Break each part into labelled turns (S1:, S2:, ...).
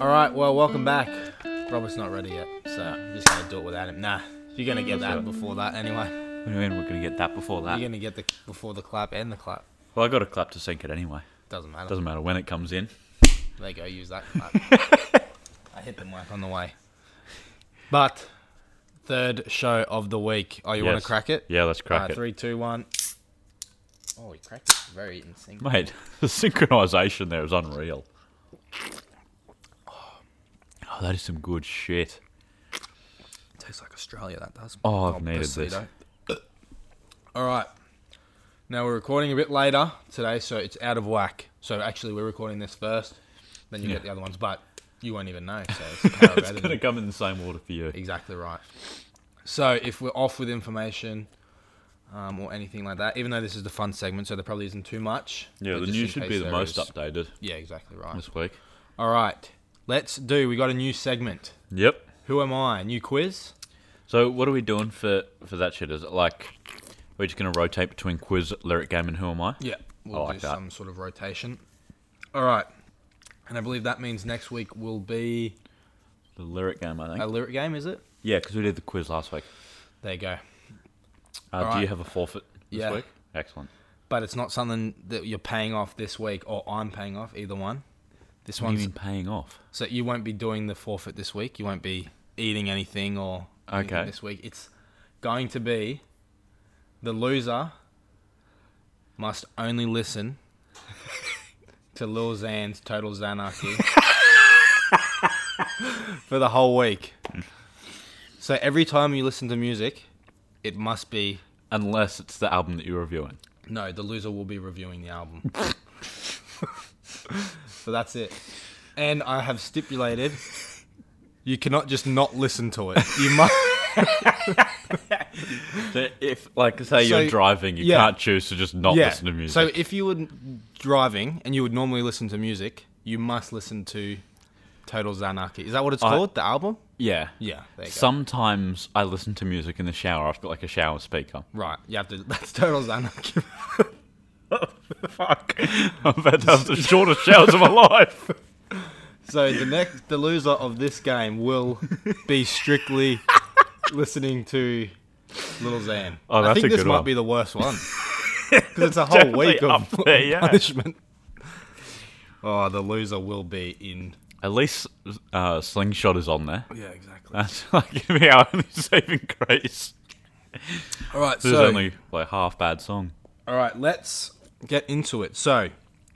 S1: All right, well, welcome back. Robert's not ready yet, so I'm just gonna do it without him. Nah, you're gonna get that before that anyway.
S2: What do you mean we're going to get that before that?
S1: You're gonna get the before the clap and the clap.
S2: Well, I got a clap to sync it anyway.
S1: Doesn't matter.
S2: Doesn't matter when it comes in.
S1: There you go. Use that clap. I hit the mic on the way. But third show of the week. Oh, you want
S2: Yes.
S1: to crack it?
S2: Yeah, let's crack
S1: Alright,
S2: it.
S1: Three, two, one. Oh, he cracked it very in sync.
S2: Mate, the synchronisation there is unreal. Oh, that is some good shit.
S1: Tastes like Australia. That does.
S2: Oh, I've needed this.
S1: Prosecco. All right. Now we're recording a bit later today, so it's out of whack. So actually, we're recording this first, then you
S2: Yeah.
S1: get the other ones, but you won't even know. So it's, the power of
S2: It's
S1: editing.
S2: going to come in the same order for you.
S1: exactly right. So if we're off with information um, or anything like that, even though this is the fun segment, so there probably isn't too much.
S2: Yeah,
S1: but
S2: the
S1: just
S2: news
S1: in
S2: should
S1: case
S2: be the
S1: there
S2: most
S1: is-
S2: updated
S1: Yeah, exactly right.
S2: this week.
S1: All right, let's do. We got a new segment.
S2: Yep.
S1: Who am I? New quiz.
S2: So, what are we doing for, for that shit? Is it like we're just going to rotate between quiz, lyric game, and who am I?
S1: Yeah, we'll
S2: like
S1: do
S2: that.
S1: some sort of rotation. All right, and I believe that means next week will be
S2: The lyric game, I think.
S1: a
S2: Yeah, 'cause
S1: lyric game, is it?
S2: yeah, because we did the quiz last week.
S1: There you go.
S2: Uh, do
S1: Alright.
S2: you have a forfeit this
S1: Yeah.
S2: week? Excellent.
S1: But it's not something that you're paying off this week, or I'm paying off either one. This
S2: What do
S1: one's
S2: you mean paying off?
S1: so you won't be doing the forfeit this week. You won't be eating anything or anything
S2: Okay.
S1: this week. It's going to be the loser must only listen to Lil Xan's Total Xanarchy for the whole week. So every time you listen to music, it must be
S2: Unless it's the album that you're reviewing.
S1: no, the loser will be reviewing the album. so that's it. And I have stipulated you cannot just not listen to it. You must
S2: So if, like, say
S1: So-
S2: you're driving, you
S1: yeah.
S2: can't choose to just not
S1: yeah.
S2: listen to music.
S1: So if you were driving and you would normally listen to music, you must listen to Total Zanarchy. Is that what it's
S2: I-
S1: called? The album?
S2: yeah,
S1: Yeah, there you go.
S2: Sometimes I listen to music in the shower. I've got like a shower speaker.
S1: right. You have to that's Total Zanarchy.
S2: Fuck, I'm about to have the shortest showers of my life.
S1: So the next the loser of this game will be strictly listening to Little Zan.
S2: Oh, that's
S1: I think
S2: a
S1: this
S2: good
S1: might
S2: one.
S1: be the worst one. Because it's a whole week
S2: Definitely
S1: of
S2: up there, yeah.
S1: punishment. Oh, the loser will be in
S2: At least uh, Slingshot is on there.
S1: Yeah, exactly.
S2: That's like gonna be our only saving grace.
S1: Alright,
S2: This is
S1: so
S2: only like half bad song.
S1: all right, let's get into it. So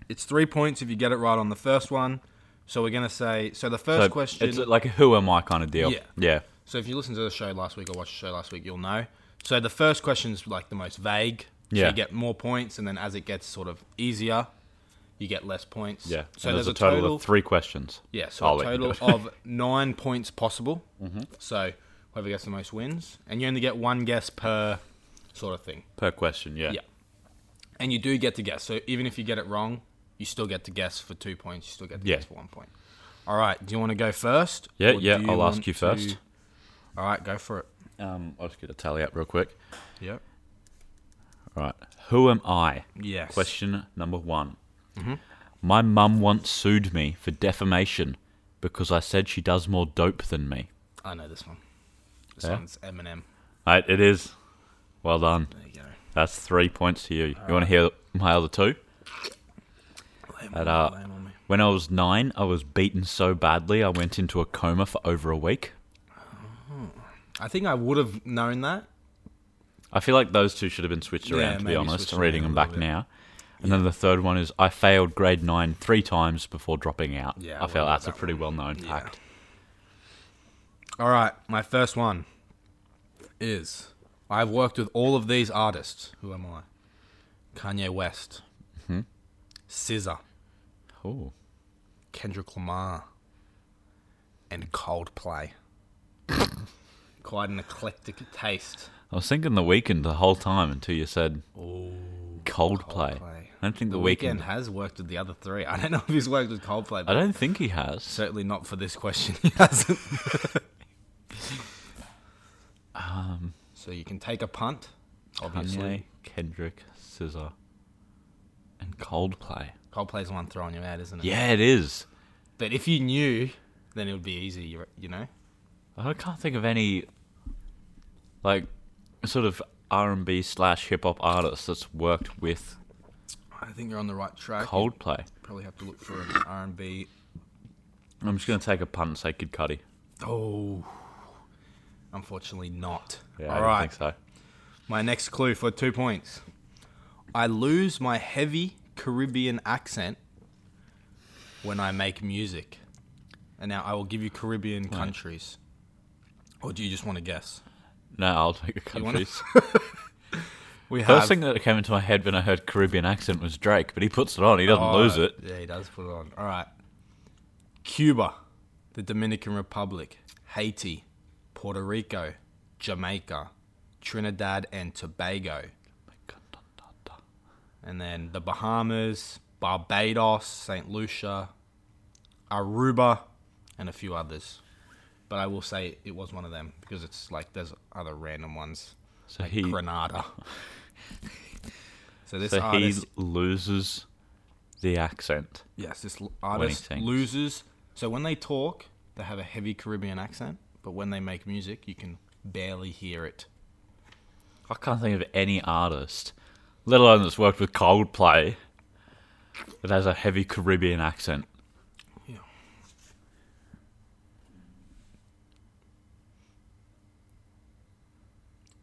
S1: it's three points if you get it right on the first one. So we're gonna say so the first
S2: So
S1: question
S2: It's like a who am I kind of deal.
S1: Yeah.
S2: Yeah.
S1: So if you listened to the show last week or watched the show last week, you'll know. So the first question's like the most vague. So
S2: Yeah.
S1: you get more points, and then as it gets sort of easier, you get less points.
S2: Yeah.
S1: So
S2: and
S1: there's, a
S2: total,
S1: total,
S2: of three questions.
S1: yeah, so
S2: I'll
S1: a
S2: let you Mm-hmm. do
S1: total
S2: it.
S1: of nine points possible. So whoever gets the most wins, and you only get one guess per sort of thing.
S2: per question. Yeah.
S1: Yeah. And you do get to guess. So even if you get it wrong, you still get to guess for two points. You still get to
S2: Yeah.
S1: guess for one point. All right. Do you want to go first?
S2: Yeah,
S1: Or
S2: yeah,
S1: do you
S2: I'll ask
S1: want
S2: you first.
S1: to- All right, go for it.
S2: Um, I'll just get a tally up real quick.
S1: Yep.
S2: All right. Who am I?
S1: Yes.
S2: Question number one.
S1: Mm-hmm.
S2: My mum once sued me for defamation because I said she does more dope than me.
S1: I know this one. This
S2: Yeah?
S1: one's Eminem.
S2: All right, it is. Well done.
S1: There you go.
S2: That's three points to you. you want to hear my other two?
S1: Lame
S2: That,
S1: on me,
S2: uh,
S1: lame on me.
S2: When I was nine, I was beaten so badly I went into a coma for over a week.
S1: I think I would have known that.
S2: I feel like those two should have been switched
S1: Yeah,
S2: around, to be
S1: maybe
S2: honest.
S1: switch
S2: I'm
S1: them
S2: reading
S1: around
S2: them
S1: a little
S2: back
S1: bit.
S2: now. And then the third one is I failed grade nine three times before dropping out.
S1: Yeah, I
S2: I feel
S1: remember
S2: that's a
S1: that
S2: pretty well known fact.
S1: All right, my first one is I've worked with all of these artists. Who am I? Kanye West,
S2: Mm-hmm.
S1: Scissor,
S2: Oh,
S1: Kendrick Lamar, and Coldplay. Quite an eclectic taste.
S2: I was thinking the weekend the whole time until you said Coldplay.
S1: Coldplay.
S2: I don't think the,
S1: The
S2: weekend.
S1: weekend has worked with the other three. I don't know if he's worked with Coldplay,
S2: I
S1: but
S2: don't think he has.
S1: certainly not for this question. He hasn't.
S2: Um,
S1: so you can take a punt, obviously.
S2: Kanye, Kendrick, Scissor, and Coldplay.
S1: Coldplay's the one throwing you out, isn't it?
S2: Yeah, it is.
S1: But if you knew then it would be easy, you re- you know?
S2: I can't think of any like sort of R and B slash hip hop artist that's worked with
S1: I think you're on the right track. You'd
S2: Coldplay.
S1: probably have to look for an R&B.
S2: I'm just gonna take a punt and say Kid Cudi.
S1: Oh, unfortunately not.
S2: Yeah, I
S1: All
S2: don't
S1: right.
S2: think so.
S1: My next clue for two points. I lose my heavy Caribbean accent when I make music. And now I will give you Caribbean countries. Or do you just want to guess?
S2: No, I'll take the
S1: wanna-
S2: countries.
S1: We
S2: First thing that came into my head when I heard Caribbean accent was Drake, but he puts it on. He
S1: Oh.
S2: doesn't lose it.
S1: Yeah, he does put it on. All right. Cuba, the Dominican Republic, Haiti, Puerto Rico, Jamaica, Trinidad and Tobago, and then the Bahamas, Barbados, St. Lucia, Aruba, and a few others. But I will say it was one of them because it's like there's other random ones.
S2: So
S1: like
S2: he-
S1: Granada. so this
S2: So
S1: artist,
S2: he loses the accent.
S1: yes, this l- artist
S2: sings.
S1: loses. So when they talk, they have a heavy Caribbean accent, but when they make music, you can barely hear it.
S2: I can't think of any artist, let alone that's worked with Coldplay, that has a heavy Caribbean accent.
S1: Yeah.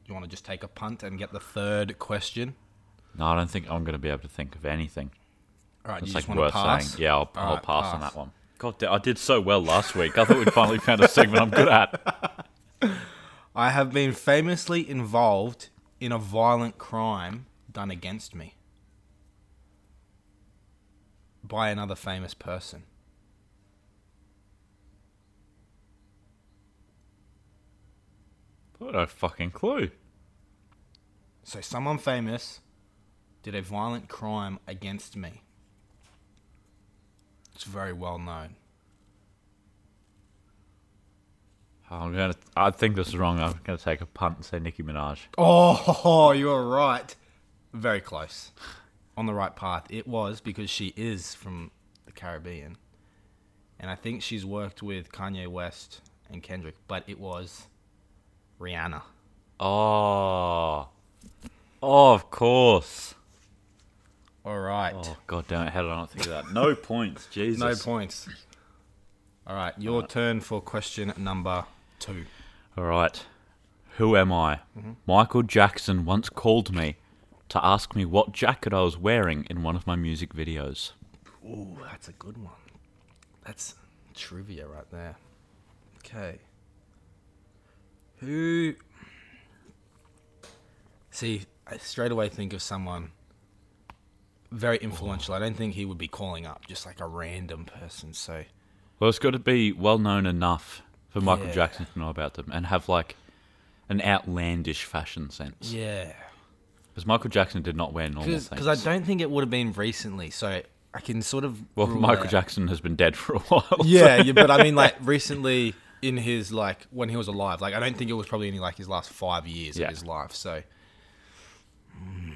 S1: You want to just take a punt and get the third question?
S2: No, I don't think I'm going to be able to think of anything
S1: All right,
S2: that's
S1: you
S2: like
S1: just want
S2: worth
S1: to pass.
S2: saying. Yeah, I'll,
S1: All
S2: I'll
S1: right,
S2: pass, on that one. God, da- I did so well last week. I thought we'd finally found a segment I'm good at.
S1: I have been famously involved in a violent crime done against me by another famous person.
S2: What a fucking clue.
S1: So someone famous did a violent crime against me. It's very well known.
S2: I'm gonna. I think this is wrong. I'm gonna take a punt and say Nicki Minaj.
S1: Oh, you are right. Very close. On the right path. It was because she is from the Caribbean. And I think she's worked with Kanye West and Kendrick, but it was Rihanna.
S2: Oh, oh, of course.
S1: All right.
S2: Oh god damn it! How did I not think of that? No points, Jesus. Uh,
S1: no points. All right, your turn for question number two.
S2: All right. Who am I? Michael Jackson once called me to ask me what jacket I was wearing in one of my music videos.
S1: Ooh, that's a good one. That's trivia right there. Okay. Who. See, I straight away think of someone very influential. I don't think he would be calling up just like a random person. So,
S2: Well, it's got to be well known enough for Michael
S1: Yeah.
S2: Jackson to know about them and have like an outlandish fashion sense.
S1: yeah.
S2: Because Michael Jackson did not wear normal things.
S1: Because I don't think it would have been recently. So, I can sort of.
S2: well,
S1: rule
S2: Michael
S1: out-
S2: Jackson has been dead for a while.
S1: Yeah, yeah, but I mean, like recently in his like when he was alive, like I don't think it was probably any like his last five years
S2: Yeah.
S1: of his life. So Hmm.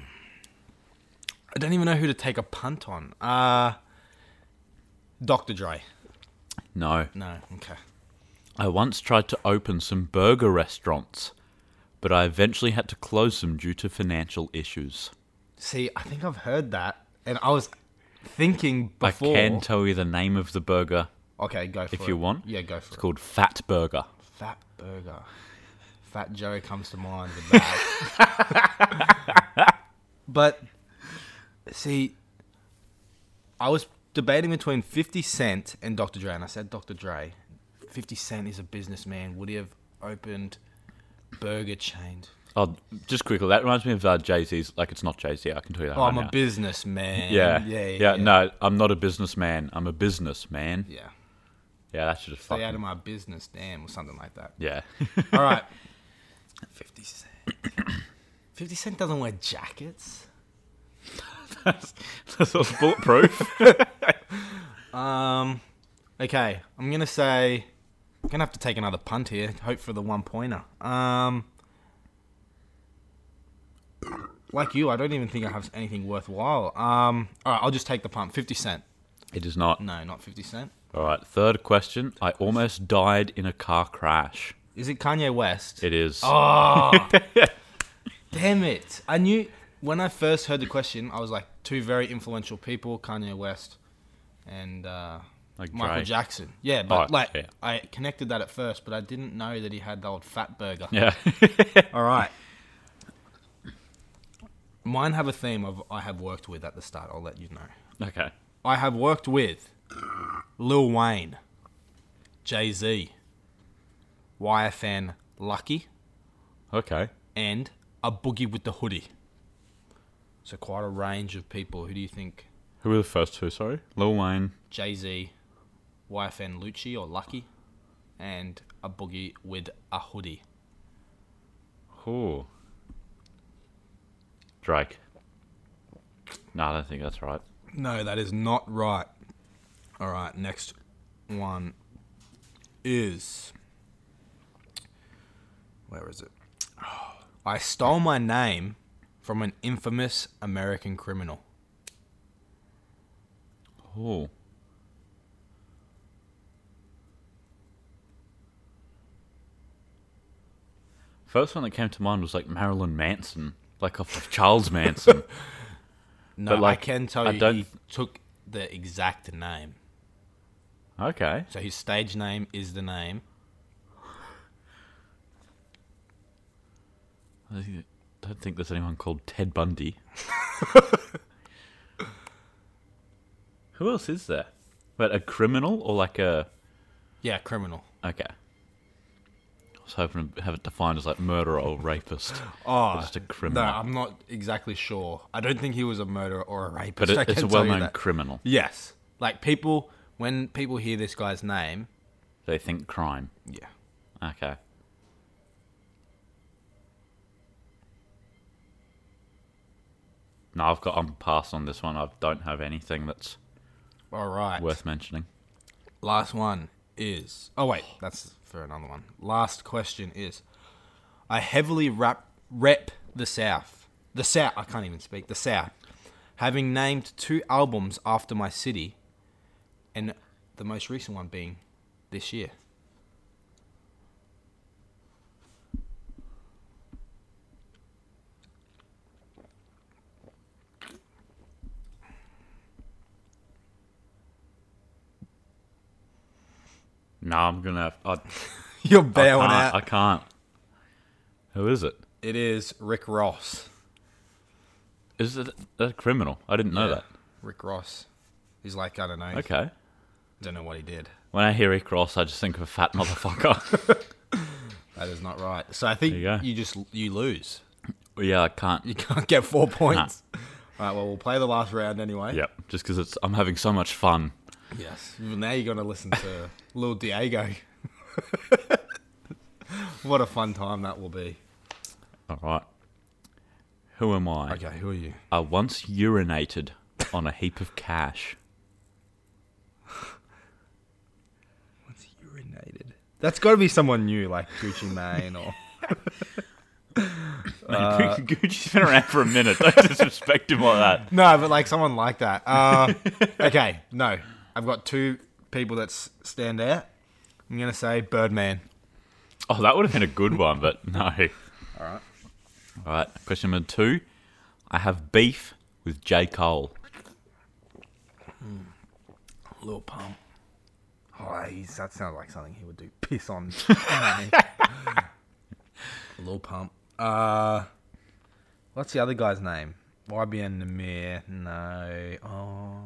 S1: I don't even know who to take a punt on. Uh Dr. Dre.
S2: No.
S1: No, okay.
S2: I once tried to open some burger restaurants, but I eventually had to close them due to financial issues.
S1: See, I think I've heard that, and I was thinking before.
S2: I can tell you the name of the burger.
S1: okay, go for it.
S2: if you want.
S1: Yeah, go for
S2: It's
S1: it.
S2: called Fat Burger.
S1: Fat Burger. Fat Joe comes to mind with that. but see, I was debating between 50 Cent and Dr. Dre, and I said Dr. Dre. 50 Cent is a businessman. Would he have opened burger chain?
S2: Oh, just quickly, that reminds me of uh, Jay Z's. Like, it's not Jay Z. I can tell you that.
S1: Oh,
S2: right
S1: I'm a
S2: now.
S1: businessman.
S2: Yeah.
S1: Yeah. Yeah.
S2: No, I'm not a businessman. I'm a businessman.
S1: Yeah.
S2: Yeah, that should have
S1: Stay out
S2: fucking.
S1: of my business, damn, or something like that.
S2: Yeah.
S1: All right. 50 Cent. 50 Cent doesn't wear jackets.
S2: That's sort of bulletproof.
S1: Um, okay, I'm gonna say I'm gonna have to take another punt here. Hope for the one pointer. Um, like you, I don't even think I have anything worthwhile. Um, all right, I'll just take the punt. Fifty cent.
S2: it is not.
S1: No, not fifty cent.
S2: All right, third question. I almost died in a car crash.
S1: Is it Kanye West?
S2: It is.
S1: Ah. Damn it. I knew when I first heard the question, I was like, two very influential people Kanye West and uh,
S2: Like
S1: Michael
S2: Drake.
S1: Jackson. Yeah, but
S2: Oh,
S1: like,
S2: yeah.
S1: I connected that at first, but I didn't know that he had the old fat burger.
S2: Yeah.
S1: All right. Mine have a theme of I have worked with at the start. I'll let you know.
S2: okay.
S1: I have worked with Lil Wayne, Jay Z, YFN Lucky,
S2: Okay.
S1: and a boogie with the hoodie. So quite a range of people. Who do you think?
S2: Who were the first two? Sorry, Lil Wayne.
S1: Jay Z, YFN Lucci or Lucky, and a boogie with a hoodie.
S2: Ooh. Drake. No, I don't think that's right.
S1: No, that is not right. All right, next one is. Where is it? I stole my name from an infamous American criminal.
S2: Ooh. First one that came to mind was like Marilyn Manson, like off of Charles Manson.
S1: No,
S2: But, like,
S1: I can tell
S2: I
S1: you
S2: don't-
S1: he took the exact name.
S2: okay.
S1: So his stage name is the name.
S2: I think- I don't think there's anyone called Ted Bundy. Who else is there? But a criminal or like a
S1: Yeah, criminal.
S2: okay? I was hoping to have it defined as like murderer or rapist.
S1: Oh,
S2: just a
S1: no,
S2: criminal.
S1: I'm not exactly sure. I don't think he was a murderer or a rapist.
S2: but
S1: I
S2: it, it's a
S1: can tell you
S2: well-known
S1: that.
S2: criminal.
S1: Yes. Like people, when people hear this guy's name,
S2: They think crime.
S1: yeah.
S2: Okay. No, I've got. I'm passed on this one. I don't have anything that's
S1: All right.
S2: worth mentioning.
S1: Last one is. Oh wait, that's for another one. Last question is, I heavily rap rep the South. The South. I can't even speak. The South. Having named two albums after my city, and the most recent one being this year.
S2: No, I'm gonna. I, I
S1: You're bailing
S2: can't.
S1: out.
S2: I can't. Who is it?
S1: It is Rick Ross.
S2: Is it a criminal? I didn't know
S1: Yeah, Rick Ross. He's like I don't know.
S2: that. Okay.
S1: Don't know what he did.
S2: When I hear Rick Ross, I just think of a fat motherfucker.
S1: That is not right. So I think
S2: There
S1: you,
S2: you go.
S1: just you lose.
S2: yeah, I can't.
S1: You can't get four points. All right. Well, we'll play the last round anyway.
S2: Yep. Just because it's, I'm having so much fun.
S1: Yes. Well, now you're gonna listen to Lil Diego. what a fun time that will be.
S2: All right. Who am I?
S1: Okay. Who are you?
S2: I once urinated on a heap of cash.
S1: What's urinated? That's got to be someone new, like Gucci Mane or. Uh.
S2: Gucci's been around for a minute. Don't disrespect him like that.
S1: No, but like someone like that. Uh, okay, no. I've got two people that s- stand out. I'm going to say Birdman.
S2: Oh, that would have been a good one, but no. All right. All right. Question number two. I have beef with J. Cole.
S1: Little Pump. Oh, he's, that sounds like something he would do. Piss on. Lil Pump. Uh, what's the other guy's name? YBN Namir. No. Oh.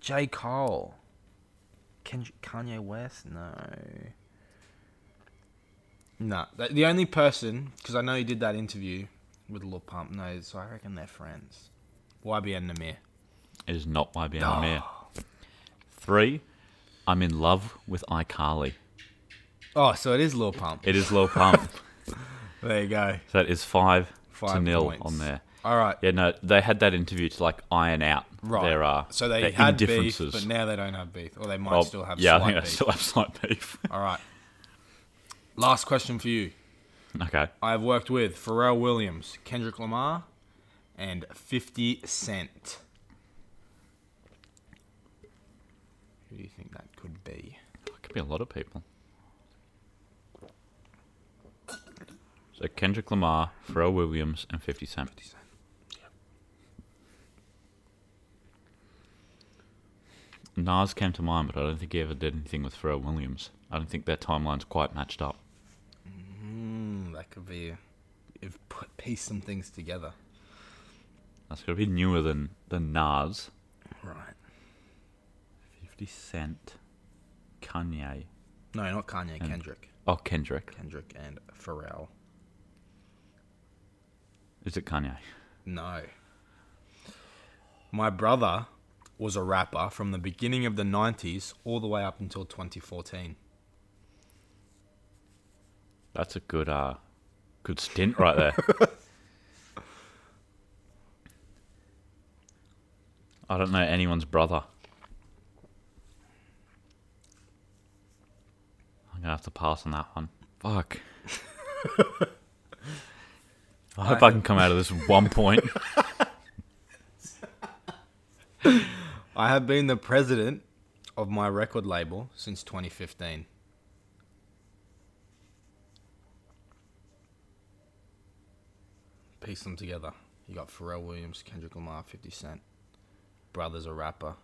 S1: J. Cole. Ken- Kanye West? No. No. Th- The only person, because I know he did that interview with Lil Pump, no, so I reckon they're friends. YBN Namir.
S2: It is not my being
S1: Ah.
S2: a mayor. Three. I'm in love with iCarly.
S1: Oh, so it is Lil Pump.
S2: It is Lil Pump.
S1: There you go.
S2: so that is five, to
S1: Five
S2: nil
S1: points.
S2: on there.
S1: All right.
S2: Yeah, no, they had that interview to like iron out
S1: Right.
S2: their uh,
S1: so they
S2: their
S1: had beef,
S2: indifferences.
S1: but now they don't have beef, or they might
S2: Well,
S1: still have
S2: yeah,
S1: slight
S2: I think
S1: beef.
S2: they still have slight beef.
S1: All right. Last question for you.
S2: okay.
S1: I have worked with Pharrell Williams, Kendrick Lamar, and 50 Cent. Who do you think that could be?
S2: It could be a lot of people. So Kendrick Lamar, Pharrell Williams, and 50 Cent. Nas came to mind, but I don't think he ever did anything with Pharrell Williams. I don't think their timelines quite matched up.
S1: Mm, that could be. If put piece some things together.
S2: That's got to be newer than, than Nas.
S1: Right.
S2: 50 Cent, Kanye.
S1: No, not Kanye.
S2: And-
S1: Kendrick.
S2: Oh, Kendrick.
S1: Kendrick and Pharrell.
S2: Is it Kanye?
S1: No. My brother was a rapper from the beginning of the 90s all the way up until 2014.
S2: That's a good uh good stint right there. I don't know anyone's brother. I'm gonna have to pass on that one. Fuck. I hope I can come out of this with one point.
S1: I have been the president of my record label since 2015. Piece them together. You got Pharrell Williams, Kendrick Lamar, 50 Cent. Brother's a rapper,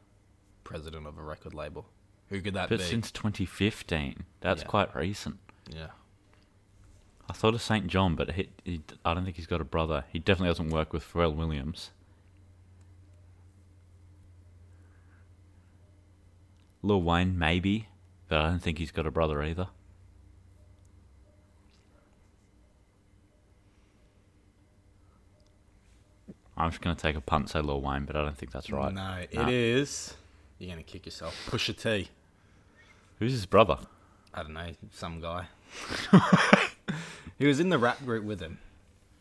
S1: president of a record label. Who could that
S2: But
S1: be?
S2: since 2015, that's
S1: Yeah.
S2: quite recent.
S1: yeah.
S2: I thought of St. John, but he, he, I don't think he's got a brother. He definitely doesn't work with Pharrell Williams. Lil Wayne, maybe, but I don't think he's got a brother either. I'm just going to take a punt, say Lil Wayne, but I don't think that's right.
S1: No, it
S2: Nah.
S1: is- You're going to kick yourself. Push a T.
S2: Who's his brother?
S1: I don't know, some guy. he was in the rap group with him.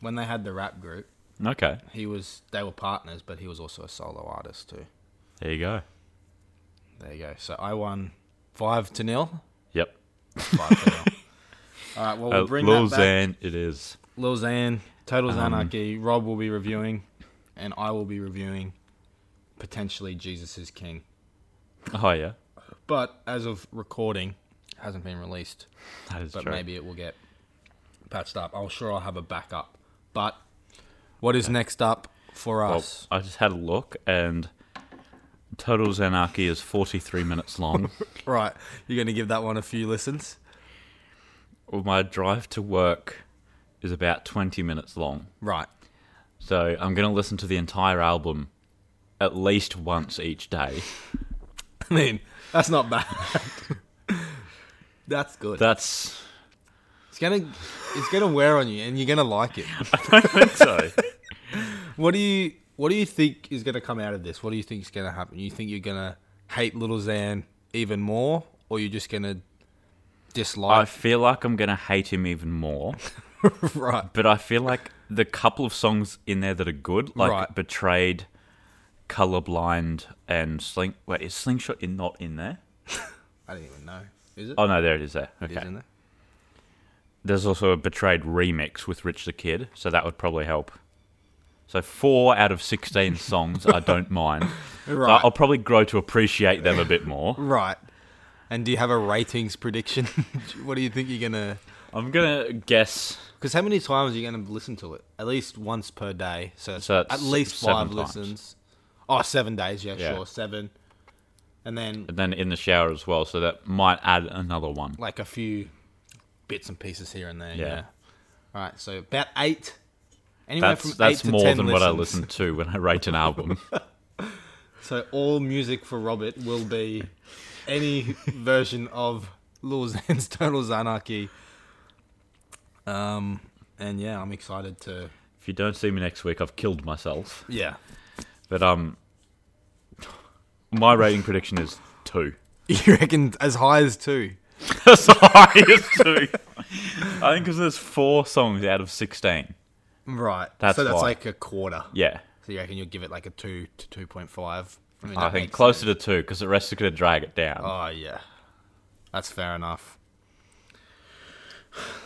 S1: When they had the rap group,
S2: Okay.
S1: he was they were partners, but he was also a solo artist too.
S2: There you go.
S1: There you go. So I won five to nil.
S2: Yep.
S1: Five to nil. All right, well we'll
S2: Uh,
S1: bring
S2: Lil
S1: that back.
S2: Xan, it is.
S1: Lil Xan, Total
S2: Um,
S1: Anarchy. Rob will be reviewing, and I will be reviewing potentially Jesus is King.
S2: Oh, yeah.
S1: But as of recording, hasn't been released.
S2: That is
S1: but
S2: true.
S1: maybe it will get patched up. I'm sure I'll have a backup. But what is next up for
S2: Well,
S1: us?
S2: I just had a look, and Total Anarchy is 43 minutes long.
S1: right, you're going to give that one a few listens.
S2: well, my drive to work is about 20 minutes long.
S1: Right,
S2: So I'm going to listen to the entire album at least once each day.
S1: I mean that's not bad. that's good.
S2: That's.
S1: it's gonna it's gonna wear on you, and you're gonna like it.
S2: I don't think so.
S1: What do you What do you think is gonna come out of this? What do you think is gonna happen? You think you're gonna hate Little Xan even more, or you're just gonna
S2: I
S1: dislike?
S2: feel like I'm going to hate him even more,
S1: right,
S2: but I feel like the couple of songs in there that are good, like
S1: Right.
S2: Betrayed, Colorblind, and Sling. Wait, is Slingshot in, not in there?
S1: I didn't even know. Is it?
S2: Oh, no, there it is there. Okay.
S1: It is in there.
S2: There's also a Betrayed remix with Rich the Kid, so that would probably help. So four out of sixteen songs I don't mind. So
S1: Right.
S2: I'll probably grow to appreciate them a bit more.
S1: Right. And do you have a ratings prediction? what do you think you're gonna?
S2: I'm gonna guess
S1: Because how many times are you gonna listen to it? At least once per day. So, it's
S2: So that's
S1: at least
S2: seven
S1: five
S2: times.
S1: listens. Oh, seven days. Yeah,
S2: Yeah.
S1: sure, seven. And then
S2: and then in the shower as well, so that might add another one.
S1: like a few bits and pieces here and there. Yeah.
S2: Yeah.
S1: All right. So about eight. Anywhere
S2: That's
S1: from
S2: that's
S1: eight to
S2: more
S1: ten
S2: than
S1: listens.
S2: what I listen to when I rate an album.
S1: So all music for Robert will be any version of Lil Xan's Total Anarchy. Um, and yeah, I'm excited to.
S2: if you don't see me next week, I've killed myself.
S1: Yeah.
S2: But um my rating prediction is two.
S1: You reckon as high as two?
S2: That's the highest two. I think because there's four songs out of sixteen.
S1: Right.
S2: That's
S1: so that's
S2: why.
S1: like a quarter.
S2: Yeah.
S1: So you reckon you'll give it like a two to two point five? I, mean,
S2: I
S1: that
S2: think
S1: makes
S2: closer
S1: sense.
S2: to two because the rest are going to drag it down.
S1: Oh yeah, that's fair enough.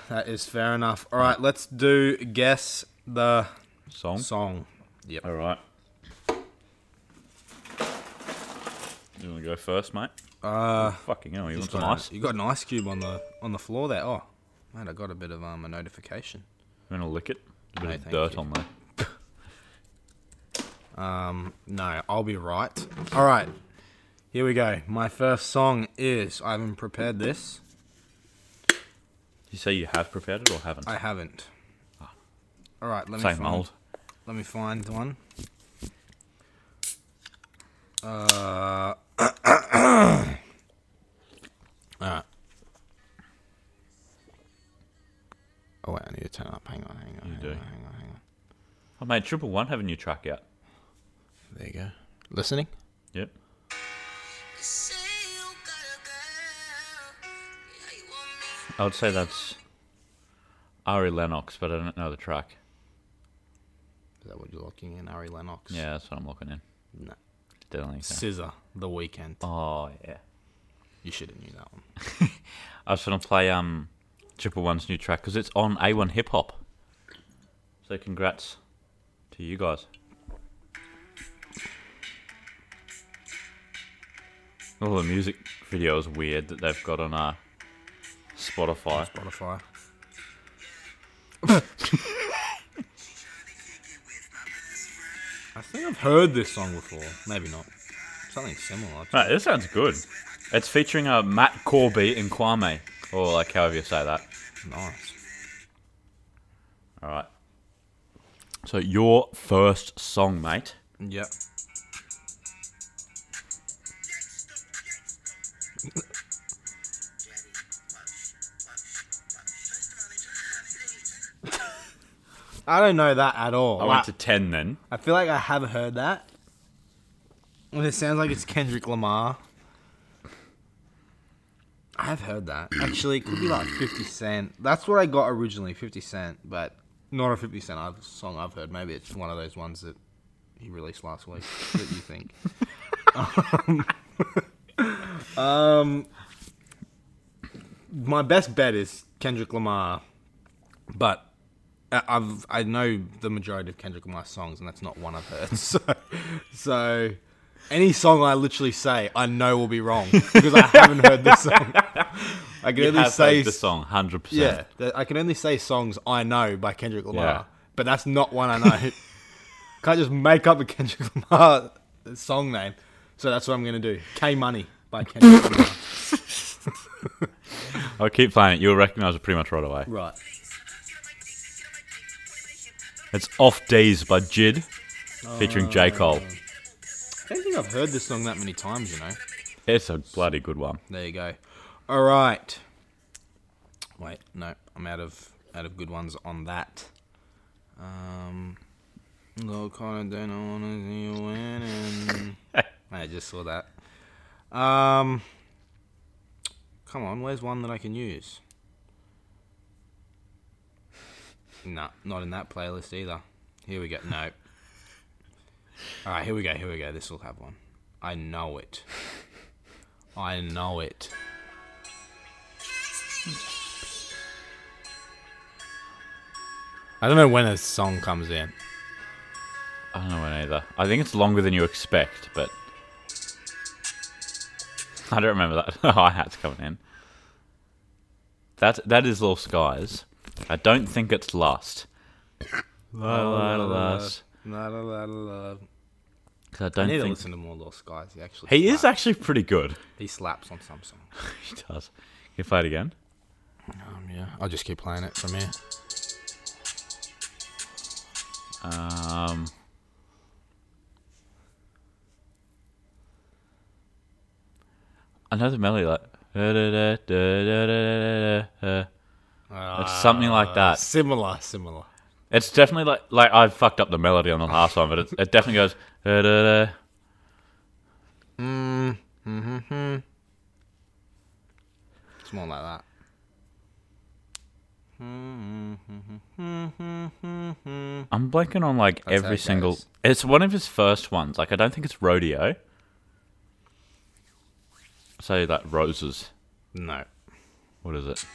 S1: That is fair enough. All right, let's do guess the
S2: Song.
S1: song. Yep.
S2: All right. Do you want to go first, mate?
S1: Uh,
S2: Fucking hell, you want
S1: just
S2: some
S1: got a-
S2: ice? You
S1: You got an ice cube on the on the floor there. Oh, mate, I got a bit of um a notification.
S2: want to lick it? A bit
S1: No,
S2: of
S1: thank
S2: dirt
S1: you.
S2: on there.
S1: Um, no, I'll be right. All right, here we go. My first song is I haven't prepared this.
S2: You say you have prepared it or haven't?
S1: I haven't. All right, let me
S2: Ah. Same
S1: find,
S2: mold.
S1: Let me find one. Uh. All right. Oh wait, I need to turn up. Hang on, hang on,
S2: You
S1: hang
S2: do.
S1: on, hang on, hang on.
S2: I made triple one. Have a new track out.
S1: There you go. Listening.
S2: Yep. I would say that's Ari Lennox, but I don't know the track.
S1: Is that what you're locking in, Ari Lennox?
S2: Yeah, that's what I'm looking in.
S1: No.
S2: Definitely. so.
S1: Scissor, The Weekend.
S2: Oh yeah.
S1: You should have knew that one.
S2: I was gonna play um Triple One's new track because it's on A1 Hip Hop. So congrats to you guys. All the music video is weird that they've got on uh, Spotify.
S1: Spotify. I think I've heard this song before. Maybe not. Something similar.
S2: Right, this sounds good. It's featuring uh, Matt Corby and Kwame, or like however you say that.
S1: Nice.
S2: All right. So your first song, mate.
S1: Yep. I don't know that at all.
S2: I
S1: Like-
S2: went to ten then.
S1: I feel like I have heard that. Well, it sounds like it's Kendrick Lamar. I have heard that. Actually, it could be like 50 Cent. That's what I got originally, 50 Cent, but not a 50 Cent I've, song I've heard. Maybe it's one of those ones that he released last week that you think. um, um, my best bet is Kendrick Lamar, but I- I've I know the majority of Kendrick Lamar's songs, and that's not one I've heard. So, so any song I literally say, I know will be wrong because I haven't heard this song. I can
S2: You
S1: only
S2: have
S1: say
S2: heard the song, hundred
S1: yeah,
S2: percent.
S1: that- I can only say songs I know by Kendrick Lamar,
S2: Yeah.
S1: but that's not one I know. Can't just make up a Kendrick Lamar song name. So that's what I'm gonna do. K Money by Kendrick Lamar.
S2: I'll Oh, keep playing it. You'll recognise it pretty much right away.
S1: Right.
S2: It's Off Days by Jid, featuring J Cole.
S1: I don't think I've heard this song that many times. You know.
S2: It's a bloody good one.
S1: There you go. All right. Wait, no, I'm out of out of good ones on that. Um, look, I don't wanna see you winning. I just saw that. Um, come on, where's one that I can use? No, not in that playlist either. Here we go. No. All right, here we go. Here we go. This will have one. I know it. I know it. I don't know when a song comes in.
S2: I don't know when either. I think it's longer than you expect, but I don't remember that. The hi hat's coming in. That that is Little Skies. I don't think it's Lust. La la la Lust.
S1: La, la, la, la, la.
S2: 'Cause I
S1: I
S2: don't
S1: need to
S2: think
S1: listen to more Lost Skies. He actually
S2: he is
S1: slaps.
S2: actually pretty good.
S1: he slaps on some songs.
S2: he does. Can you play it again?
S1: Um, yeah, I'll just keep playing it from here.
S2: Um. I know the melody like. It's something like that.
S1: Uh, Similar, similar.
S2: It's definitely like like I fucked up the melody on the last one, but it, it definitely goes.
S1: It's more like that.
S2: I'm blanking on like
S1: That's how
S2: every
S1: it
S2: single.
S1: goes.
S2: It's one of his first ones. Like I don't think it's rodeo. Say like roses.
S1: No.
S2: What is it?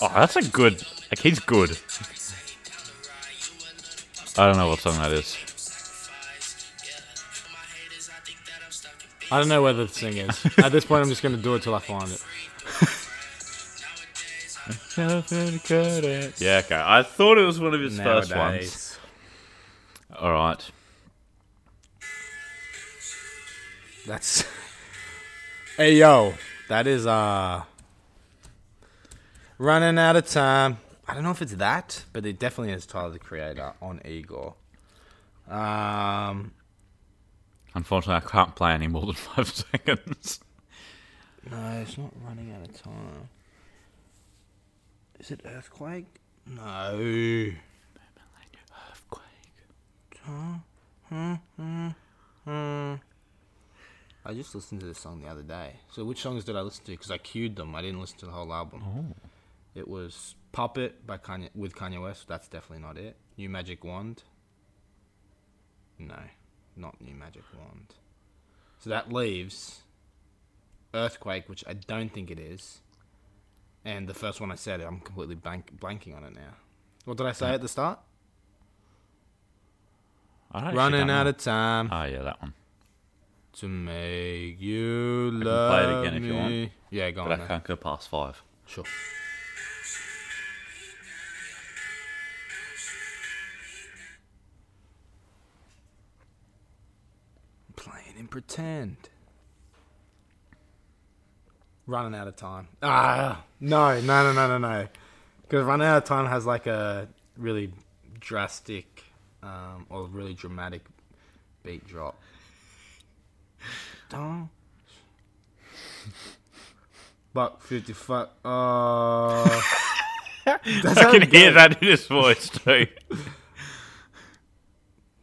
S2: Oh, that's a good. Like he's good. I don't know what song that is.
S1: I don't know where the thing is. At this point, I'm just going to do it till I find it.
S2: Yeah, okay. I thought it was one of his first ones. All right.
S1: That's. Hey yo, that is uh. Running out of time. I don't know if it's that, but it definitely is Tyler the Creator on Igor. Um,
S2: Unfortunately, I can't play any more than five seconds.
S1: no, it's not running out of time. Is it Earthquake? No. I just listened to this song the other day. So which songs did I listen to? Because I queued them. I didn't listen to the whole album.
S2: Oh.
S1: It was Puppet by Kanye with Kanye West. That's definitely not it. New Magic Wand. No, not New Magic Wand. So that leaves Earthquake, which I don't think it is. And the first one I said, I'm completely blank- blanking on it now. What did I say at the start?
S2: I don't actually
S1: Running
S2: don't
S1: out
S2: know.
S1: of time.
S2: Oh yeah, that one.
S1: To make you
S2: play it
S1: love
S2: again if you want.
S1: me. Yeah, go
S2: But
S1: on.
S2: I
S1: then.
S2: can't go past five.
S1: Sure. Playing and pretend. Running out of time. Ah, no, no, no, no, no, no. Because running out of time has like a really drastic um, or really dramatic beat drop. Dun. Buck fifty five. Uh,
S2: I can hear that in his voice too.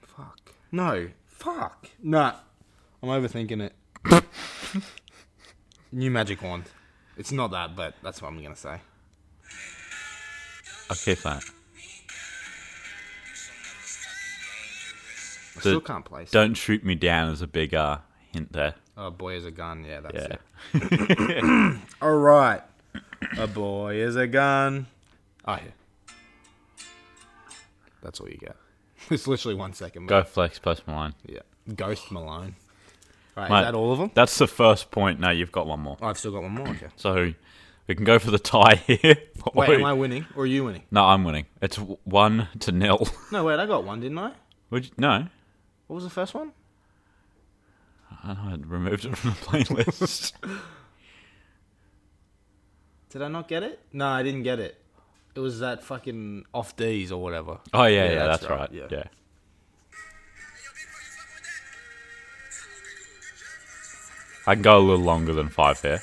S1: fuck. No. Fuck. Nah. I'm overthinking it. New magic wand. It's not that, but that's what I'm gonna say.
S2: okay, fine.
S1: I still can't play. it.
S2: Don't shoot me down is a big uh, hint there.
S1: A boy is a gun. Yeah, that's
S2: Yeah.
S1: it. All right. a boy is a gun. Oh, yeah. That's all you get. It's literally one second.
S2: Go
S1: but-
S2: flex post Malone.
S1: Yeah. Ghost Malone. All right.
S2: Mate.
S1: Is that all of them?
S2: That's the first point. No, you've got one more.
S1: Oh, I've still got one more. Okay.
S2: So we can go for the tie here.
S1: Wait,
S2: Or-
S1: am I winning or are you winning?
S2: No, I'm winning. It's w- one to nil.
S1: No, wait, I got one, didn't I?
S2: Would you, no,
S1: What was the first one?
S2: I know I removed it from the playlist.
S1: Did I not get it? No, I didn't get it. It was that fucking off D's or whatever.
S2: oh yeah, yeah, that's, right. Yeah. I can go a little longer than five here.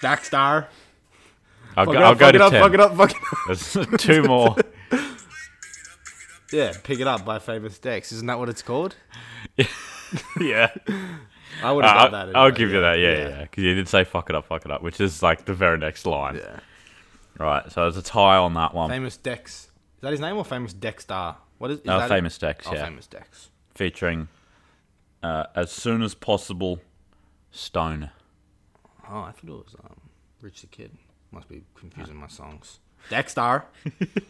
S1: Dackstar.
S2: I'll
S1: Fuck
S2: go,
S1: it
S2: I'll
S1: up,
S2: go
S1: fuck
S2: to
S1: it up,
S2: ten.
S1: fuck it up, fuck it up.
S2: There's two more.
S1: Yeah, Pick It Up by Famous Dex. Isn't that what it's called?
S2: yeah,
S1: I would have
S2: Uh, I'll,
S1: got that.
S2: I'll
S1: anyway,
S2: give you that. Yeah, yeah, yeah. Because you did say "fuck it up, fuck it up," which is like the very next line.
S1: Yeah.
S2: Right. So there's a tie on that one.
S1: Famous Dex. Is that his name or Famous Dexstar? What is, is
S2: No,
S1: that
S2: famous Dex.
S1: Oh,
S2: yeah.
S1: Famous Dex.
S2: featuring uh, as soon as possible stone
S1: Oh, I thought it was um, Rich the Kid. Must be confusing my songs. Dexstar.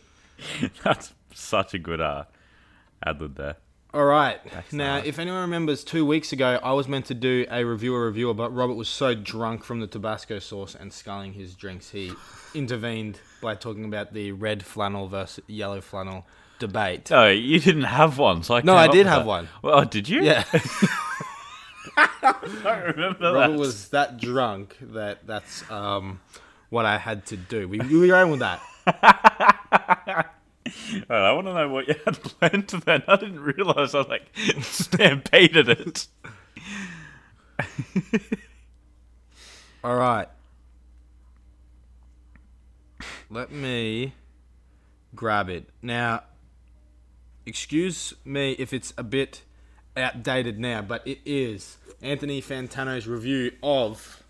S2: that's such a good uh, ad lib there
S1: All right. now, if anyone remembers, two weeks ago, I was meant to do a reviewer reviewer, but Robert was so drunk from the Tabasco sauce and sculling his drinks, he intervened by talking about the red flannel versus yellow flannel debate.
S2: no you didn't have one so I
S1: No,
S2: came
S1: I
S2: up
S1: did
S2: with
S1: have
S2: that.
S1: one.
S2: well oh, did you
S1: Yeah,
S2: i don't remember that
S1: Robert was that drunk that that's um, what I had to do. We, we were going with that.
S2: All right, i want to know what you had planned then i didn't realize i like stampeded it
S1: All right. Let me grab it. Now, excuse me if it's a bit outdated now, but it is Anthony Fantano's review of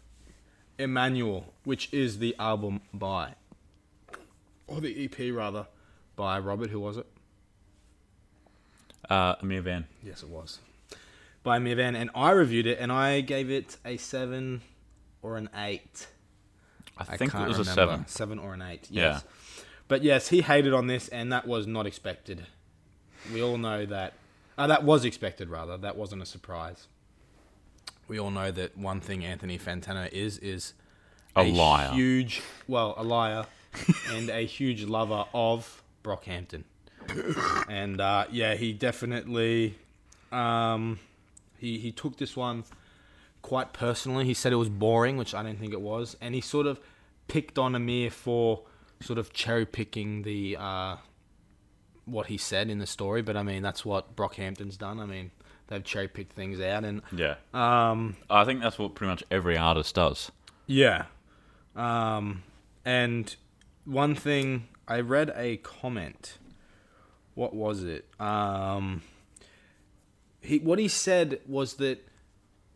S1: Emmanuel, which is the album by, or the EP rather, by Robert. Who was it?
S2: uh amir van
S1: Yes, it was. By Mivan, and I reviewed it, and I gave it a 7 or an 8.
S2: i
S1: I
S2: think
S1: can't
S2: it was
S1: remember.
S2: a seven
S1: Seven or an eight. Yes. But yes, he hated on this, and that was not expected. we all know that. Uh, that was expected, rather. That wasn't a surprise. We all know that one thing Anthony Fantano is is
S2: A liar.
S1: Huge, well, a liar, and a huge lover of Brockhampton. And uh, yeah, he definitely, um, he he took this one quite personally. He said it was boring, which I didn't think it was, and he sort of picked on Amir for sort of cherry picking the uh, what he said in the story. But I mean, that's what Brockhampton's done. I mean, they've cherry picked things out, and
S2: Yeah.
S1: um,
S2: I think that's what pretty much every artist does.
S1: yeah. Um, and one thing I read a comment. What was it? Um, he what he said was that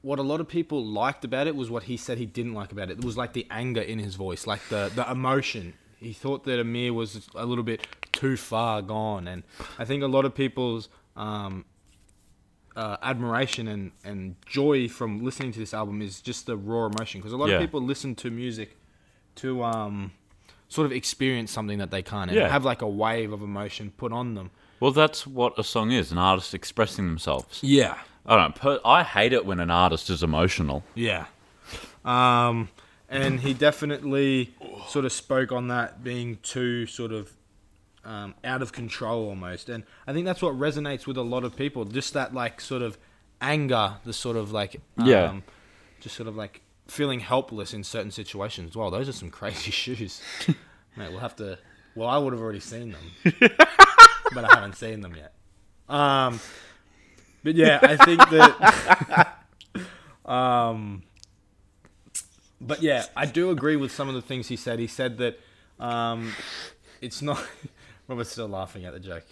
S1: what a lot of people liked about it was what he said he didn't like about it. It was like the anger in his voice, like the the emotion. He thought that Amir was a little bit too far gone, and I think a lot of people's um, uh, admiration and, and joy from listening to this album is just the raw emotion because a lot
S2: Yeah.
S1: of people listen to music to um, sort of experience something that they can't and
S2: Yeah.
S1: have like a wave of emotion put on them.
S2: Well, that's what a song is an artist expressing themselves.
S1: Yeah,
S2: I don't know. Per- I hate it when an artist is emotional.
S1: yeah. Um, and he definitely sort of spoke on that being too sort of um, out of control almost, and I think that's what resonates with a lot of people. Just that like sort of anger, the sort of like um,
S2: Yeah.
S1: just sort of like feeling helpless in certain situations. Wow, those are some crazy shoes, mate. We'll have to. Well, I would have already seen them, but I haven't seen them yet. Um, but yeah, I think that. um, but yeah, I do agree with some of the things he said. He said that um, it's not. Robert's still laughing at the joke.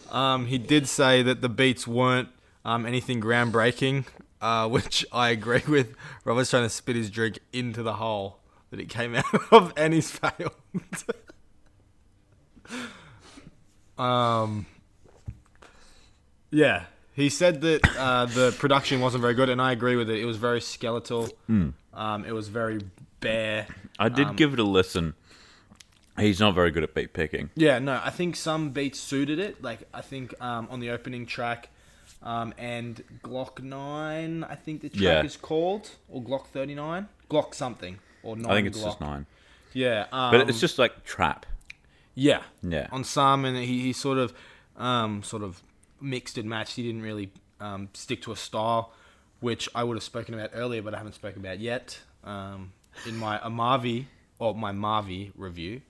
S1: um, he did say that the beats weren't um, anything groundbreaking, uh, which I agree with. Robert's trying to spit his drink into the hole that it came out of, and he's failed. um, yeah, he said that uh, the production wasn't very good, and I agree with it. It was very skeletal.
S2: Hmm.
S1: Um, it was very bare.
S2: I
S1: Um,
S2: did give it a listen. He's not very good at beat picking.
S1: Yeah, no, I think some beats suited it. Like I think um, on the opening track, um, and Glock Nine, I think the track
S2: Yeah.
S1: is called, or Glock Thirty Nine, Glock something, or nine.
S2: I think it's
S1: Glock.
S2: just nine.
S1: Yeah, um,
S2: But it's just like trap.
S1: yeah,
S2: Yeah.
S1: On some, and he, he sort of, um, sort of mixed and matched. He didn't really um, stick to a style, which I would have spoken about earlier, but I haven't spoken about yet. Um, in my Amavi or my Marvi review,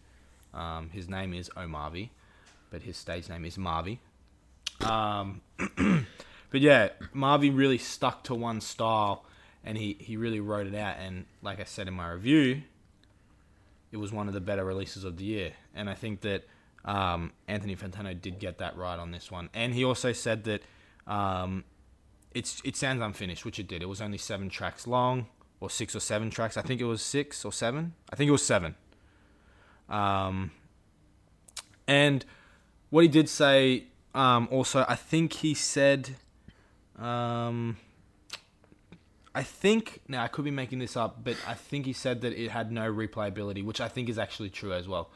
S1: um, his name is Omavi, but his stage name is Marvi. Um, but yeah, Marvin really stuck to one style, and he he really wrote it out. And like I said in my review, it was one of the better releases of the year. And I think that um, Anthony Fantano did get that right on this one. And he also said that um, it's it sounds unfinished, which it did. It was only seven tracks long, or six or seven tracks. I think it was six or seven. I think it was seven. Um, and what he did say um, also, I think he said, um, I think, now I could be making this up, but I think he said that it had no replayability, which I think is actually true as well.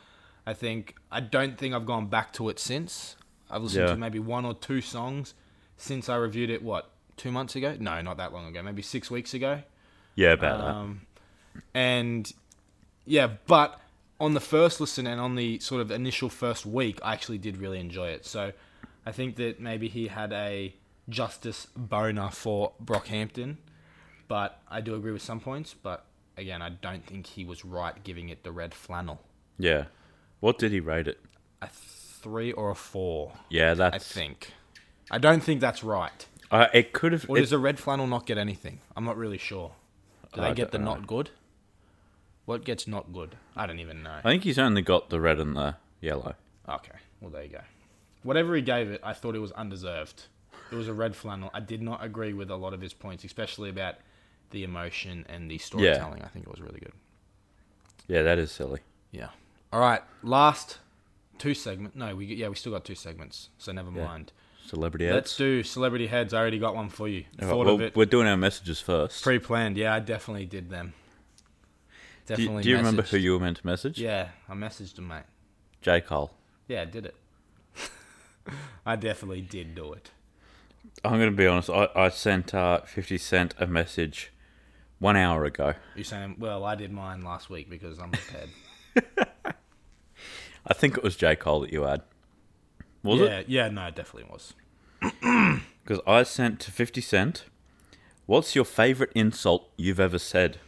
S1: I think, I don't think I've gone back to it since. I've listened
S2: Yeah.
S1: to maybe one or two songs since I reviewed it, what, two months ago? No, not that long ago, maybe six weeks ago.
S2: Yeah, about
S1: Um, and yeah, but on the first listen and on the sort of initial first week, I actually did really enjoy it. So I think that maybe he had a justice boner for Brockhampton, but I do agree with some points. But again, I don't think he was right giving it the red flannel.
S2: that. Yeah. What did he rate it?
S1: A three or a four,
S2: Yeah,
S1: I
S2: that's.
S1: think. I don't think that's right.
S2: Uh, it could have.
S1: Or
S2: it-
S1: does the red flannel not get anything? I'm not really sure. Do
S2: I
S1: they get the
S2: don't know.
S1: not good? What gets not good? I don't even know.
S2: I think he's only got the red and the yellow.
S1: Okay, well there you go. Whatever he gave it, I thought it was undeserved. It was a red flannel. I did not agree with a lot of his points, especially about the emotion and the storytelling. I think it was really good.
S2: Yeah, that is silly.
S1: Yeah. All right, last two segments. No, we yeah we still got two segments, so never mind.
S2: Celebrity
S1: Let's
S2: ads.
S1: do celebrity heads. I already got one for you.
S2: All right,
S1: Thought
S2: well,
S1: of it
S2: We're doing our messages first.
S1: pre-planned. Yeah, I definitely did them.
S2: do you,
S1: Definitely.
S2: do you remember
S1: messaged.
S2: who you were meant to message?
S1: Yeah, I messaged him, mate.
S2: J. Cole.
S1: Yeah, I did it. I definitely did do it.
S2: I'm going to be honest. I, I sent uh, 50 Cent a message one hour ago.
S1: You saying, well, I did mine last week because I'm prepared.
S2: I think it was J. Cole that you had. Was it?
S1: yeah, yeah, no, it definitely was.
S2: Because I sent to 50 Cent, What's your favourite insult you've ever said?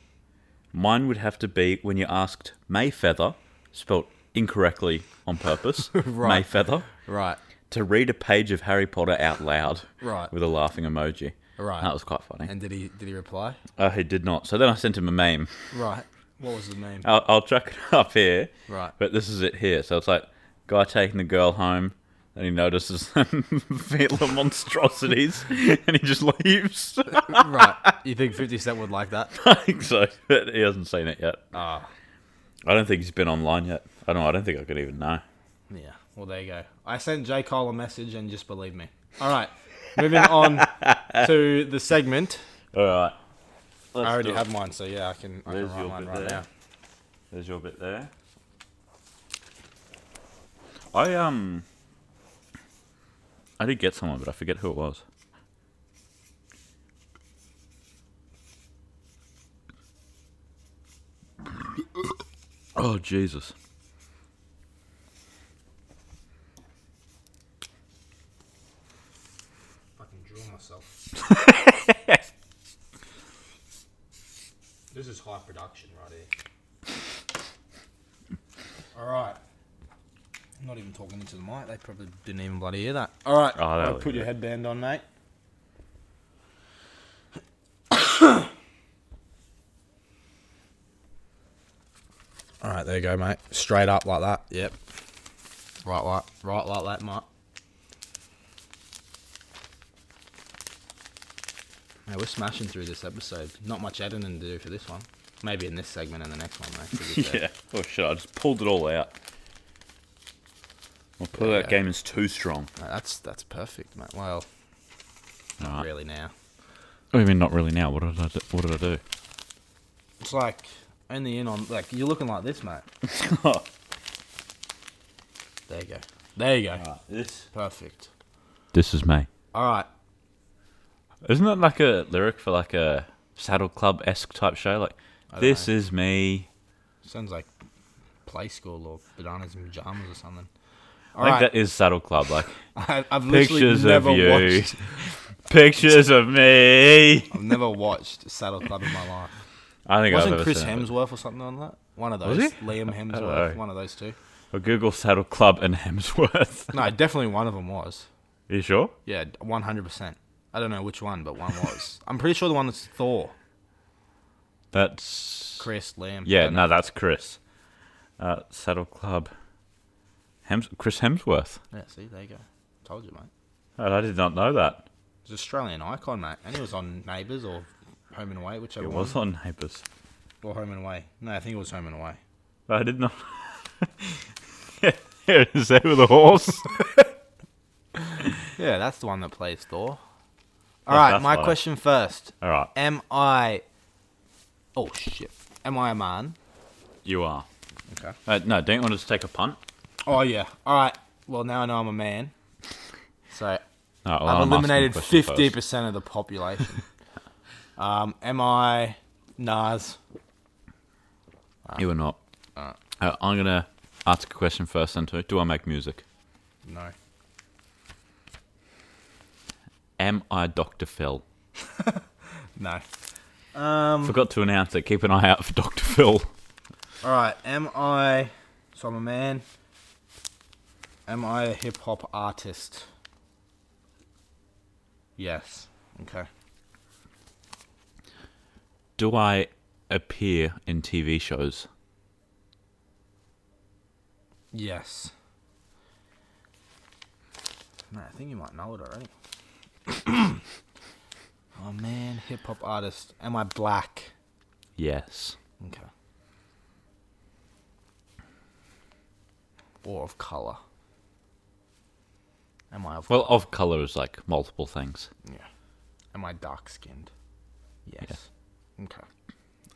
S2: Mine would have to be when you asked Mayfeather, spelt incorrectly on purpose,
S1: Right.
S2: Mayfeather,
S1: Right.
S2: to read a page of Harry Potter out loud
S1: Right.
S2: with a laughing emoji.
S1: Right.
S2: That was quite funny.
S1: And did he did he reply?
S2: Uh, he did not. So then I sent him a meme.
S1: Right. What was the name?
S2: I'll, I'll chuck it up here.
S1: Right.
S2: But this is it here. So it's like guy taking the girl home, and he notices them little monstrosities, and he just leaves.
S1: right. You think 50 Cent would like that?
S2: I think so. But he hasn't seen it yet.
S1: Ah,
S2: I don't think he's been online yet. I don't. know, I don't think I could even know.
S1: yeah. Well, there you go. I sent J. Cole a message and just believe me. All right. Moving on to the segment.
S2: All right. Let's
S1: I already
S2: do it.
S1: have mine, so yeah, I can, I can
S2: There's
S1: write
S2: your
S1: mine
S2: bit
S1: right
S2: there.
S1: now.
S2: There's your bit there. I um. I did get someone, but I forget who it was. Oh Jesus!
S1: Fucking draw myself. this is high production right here. All right. I'm not even talking into the mic. They probably didn't even bloody hear that. All right.
S2: Oh, that'll
S1: I'll put
S2: do
S1: your
S2: it.
S1: headband on, mate. All right, there you go, mate. Straight up like that. Yep. Right like right like that, mate. Hey, we're smashing through this episode. Not much editing to do for this one. Maybe in this segment and the next one, though. to be fair.
S2: yeah. Oh shit! I just pulled it all out. My pull
S1: There you
S2: out
S1: go.
S2: game is too strong.
S1: No, that's that's perfect, mate. Well, not
S2: Alright.
S1: really now.
S2: What do you mean not really now? What did I do? What did I do?
S1: It's like only in on like you're looking like this, mate. There you go. There you go.
S2: this.
S1: Perfect.
S2: This is me.
S1: All right.
S2: Isn't that like a lyric for like a Saddle Club esque type show? Like, this is me.
S1: Sounds like play school or bananas and pajamas or something. All
S2: I think
S1: right.
S2: that is Saddle Club. Like,
S1: I, I've literally
S2: pictures of
S1: never
S2: you,
S1: watched.
S2: pictures of me.
S1: I've never watched Saddle Club in my life.
S2: I think I've
S1: Wasn't
S2: ever
S1: Chris
S2: seen it.
S1: Hemsworth or something on that? One of
S2: Was
S1: those.
S2: he?
S1: Liam
S2: know.
S1: Hemsworth. One of those two.
S2: Well, Google Saddle Club and Hemsworth.
S1: No, definitely one of them was.
S2: you sure?
S1: Yeah, one hundred percent. I don't know which one, but one was. I'm pretty sure the one that's Thor,
S2: That's
S1: Chris, Liam.
S2: yeah.
S1: don't
S2: No, that's Chris. Uh, Saddle Club. Hems- Chris Hemsworth.
S1: know. Yeah. See, there you go. Told you, mate.
S2: Oh, I did not know that.
S1: He's an Australian icon, mate, and he was on Neighbours or Home and Away, whichever
S2: It was
S1: one.
S2: on Neighbours.
S1: Or Home and Away. No, I think it was Home and Away.
S2: I did not. Here it is there with a horse.
S1: Yeah, that's the one that plays Thor. All right,
S2: that's
S1: my
S2: why.
S1: question first.
S2: All right,
S1: Am I? Oh shit. Am I a man?
S2: you are.
S1: Okay.
S2: Uh, no, don't you want to just take a punt?
S1: Oh yeah. All right. Well, now I know I'm a man. So
S2: No, well,
S1: I've
S2: I'm asking the
S1: eliminated
S2: question
S1: fifty
S2: first.
S1: percent of the population. um, am I Nas?
S2: You are not. Uh, I'm gonna ask a question first. Then, too. do I make music?
S1: No.
S2: Am I Dr. Phil?
S1: No. Um,
S2: Forgot to announce it. Keep an eye out for Dr. Phil.
S1: All right. Am I? So I'm a man. Am I a hip hop artist? Yes. Okay.
S2: Do I appear in TV shows?
S1: Yes. Man, I think you might know it already. oh man, hip hop artist. Am I black?
S2: Yes.
S1: Okay. Or of color? Am I of
S2: Well, of color is like multiple things.
S1: yeah? Am I dark skinned? Yes. Okay.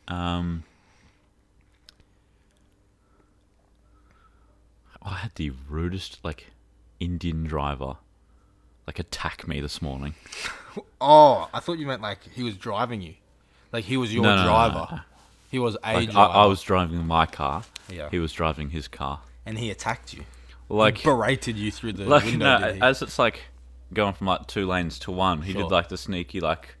S2: Um, I had the rudest like Indian driver like attack me this morning.
S1: Oh, I thought you meant like he was driving you, like he was your
S2: No, no, no,
S1: driver.
S2: no,
S1: He was a
S2: Like,
S1: driver,
S2: I, I was driving my car.
S1: Yeah.
S2: He was driving his car.
S1: and he attacked you,
S2: Like
S1: berated you through the
S2: like
S1: window.
S2: no,
S1: did he?
S2: as it's like going from like two lanes to one, he
S1: Sure.
S2: did like the sneaky like,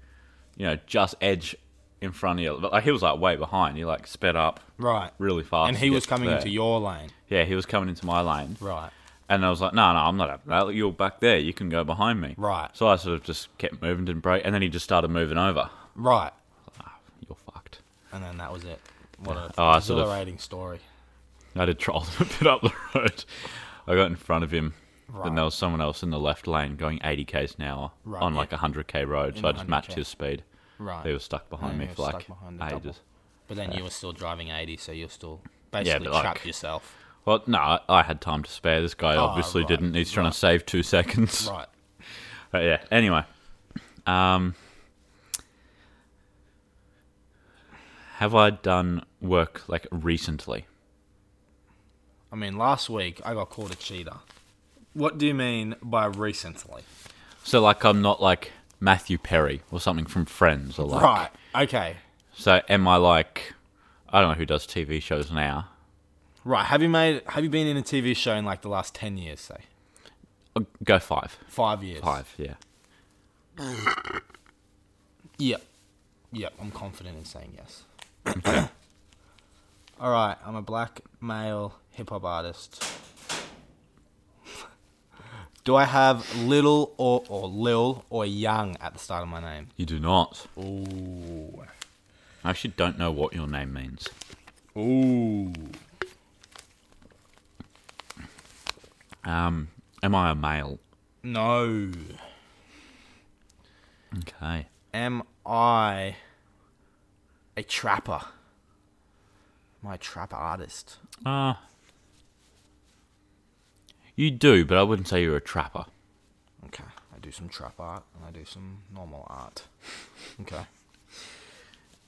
S2: you know, just edge in front of you. But like he was like way behind. He like sped up
S1: right,
S2: really fast.
S1: and
S2: to
S1: he
S2: get
S1: was coming
S2: there.
S1: into your lane.
S2: Yeah, he was coming into my lane,
S1: Right,
S2: and I was like, no, no, I'm not having that. You're back there. You can go behind me.
S1: Right.
S2: So I sort of just kept moving, didn't brake, and then he just started moving over.
S1: right,
S2: Ah, you're fucked.
S1: and then that was it. What a
S2: Oh, I sort of-
S1: exhilarating story.
S2: I did troll him a bit up the road. I got in front of him.
S1: Right.
S2: Then there was someone else in the left lane going 80 k's an hour
S1: Right,
S2: on
S1: yeah.
S2: like a 100 k road.
S1: In
S2: so I
S1: the
S2: just matched
S1: 100K.
S2: his speed.
S1: Right,
S2: He was stuck behind
S1: Yeah,
S2: me
S1: he was
S2: for like
S1: stuck behind the
S2: ages.
S1: double. but then you were still driving eighty, so you're still basically
S2: but, like-
S1: trapped yourself.
S2: Well, no, I- I had time to spare. This guy obviously
S1: Oh, right,
S2: didn't. He's trying to save two seconds.
S1: Right,
S2: But yeah. Anyway, um, have I done work like recently?
S1: I mean, last week I got called a cheater. What do you mean by recently?
S2: So like, I'm not like Matthew Perry or something from Friends or like.
S1: right. Okay.
S2: So am I like? I don't know who does TV shows now.
S1: Right. Have you made? Have you been in a TV show in like the last ten years? Say
S2: Uh, Go five.
S1: five years.
S2: Five. Yeah.
S1: Yep. Yep. I'm confident in saying yes. All right. I'm a black male hip hop artist. Do I have little or or lil or young at the start of my name?
S2: You do not.
S1: Ooh.
S2: I actually don't know what your name means.
S1: Ooh.
S2: Um, am I a male?
S1: No.
S2: Okay.
S1: Am I a trapper? My trap artist.
S2: Uh, you do, but I wouldn't say you're a trapper.
S1: Okay. I do some trap art and I do some normal art. Okay.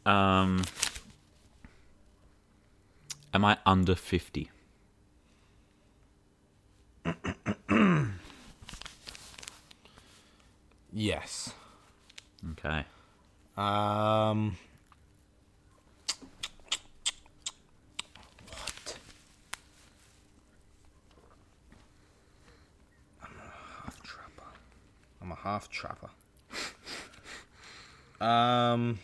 S2: Um, am I under 50?
S1: Yes.
S2: Okay.
S1: Um. What? I'm a half trapper. I'm a half trapper. um.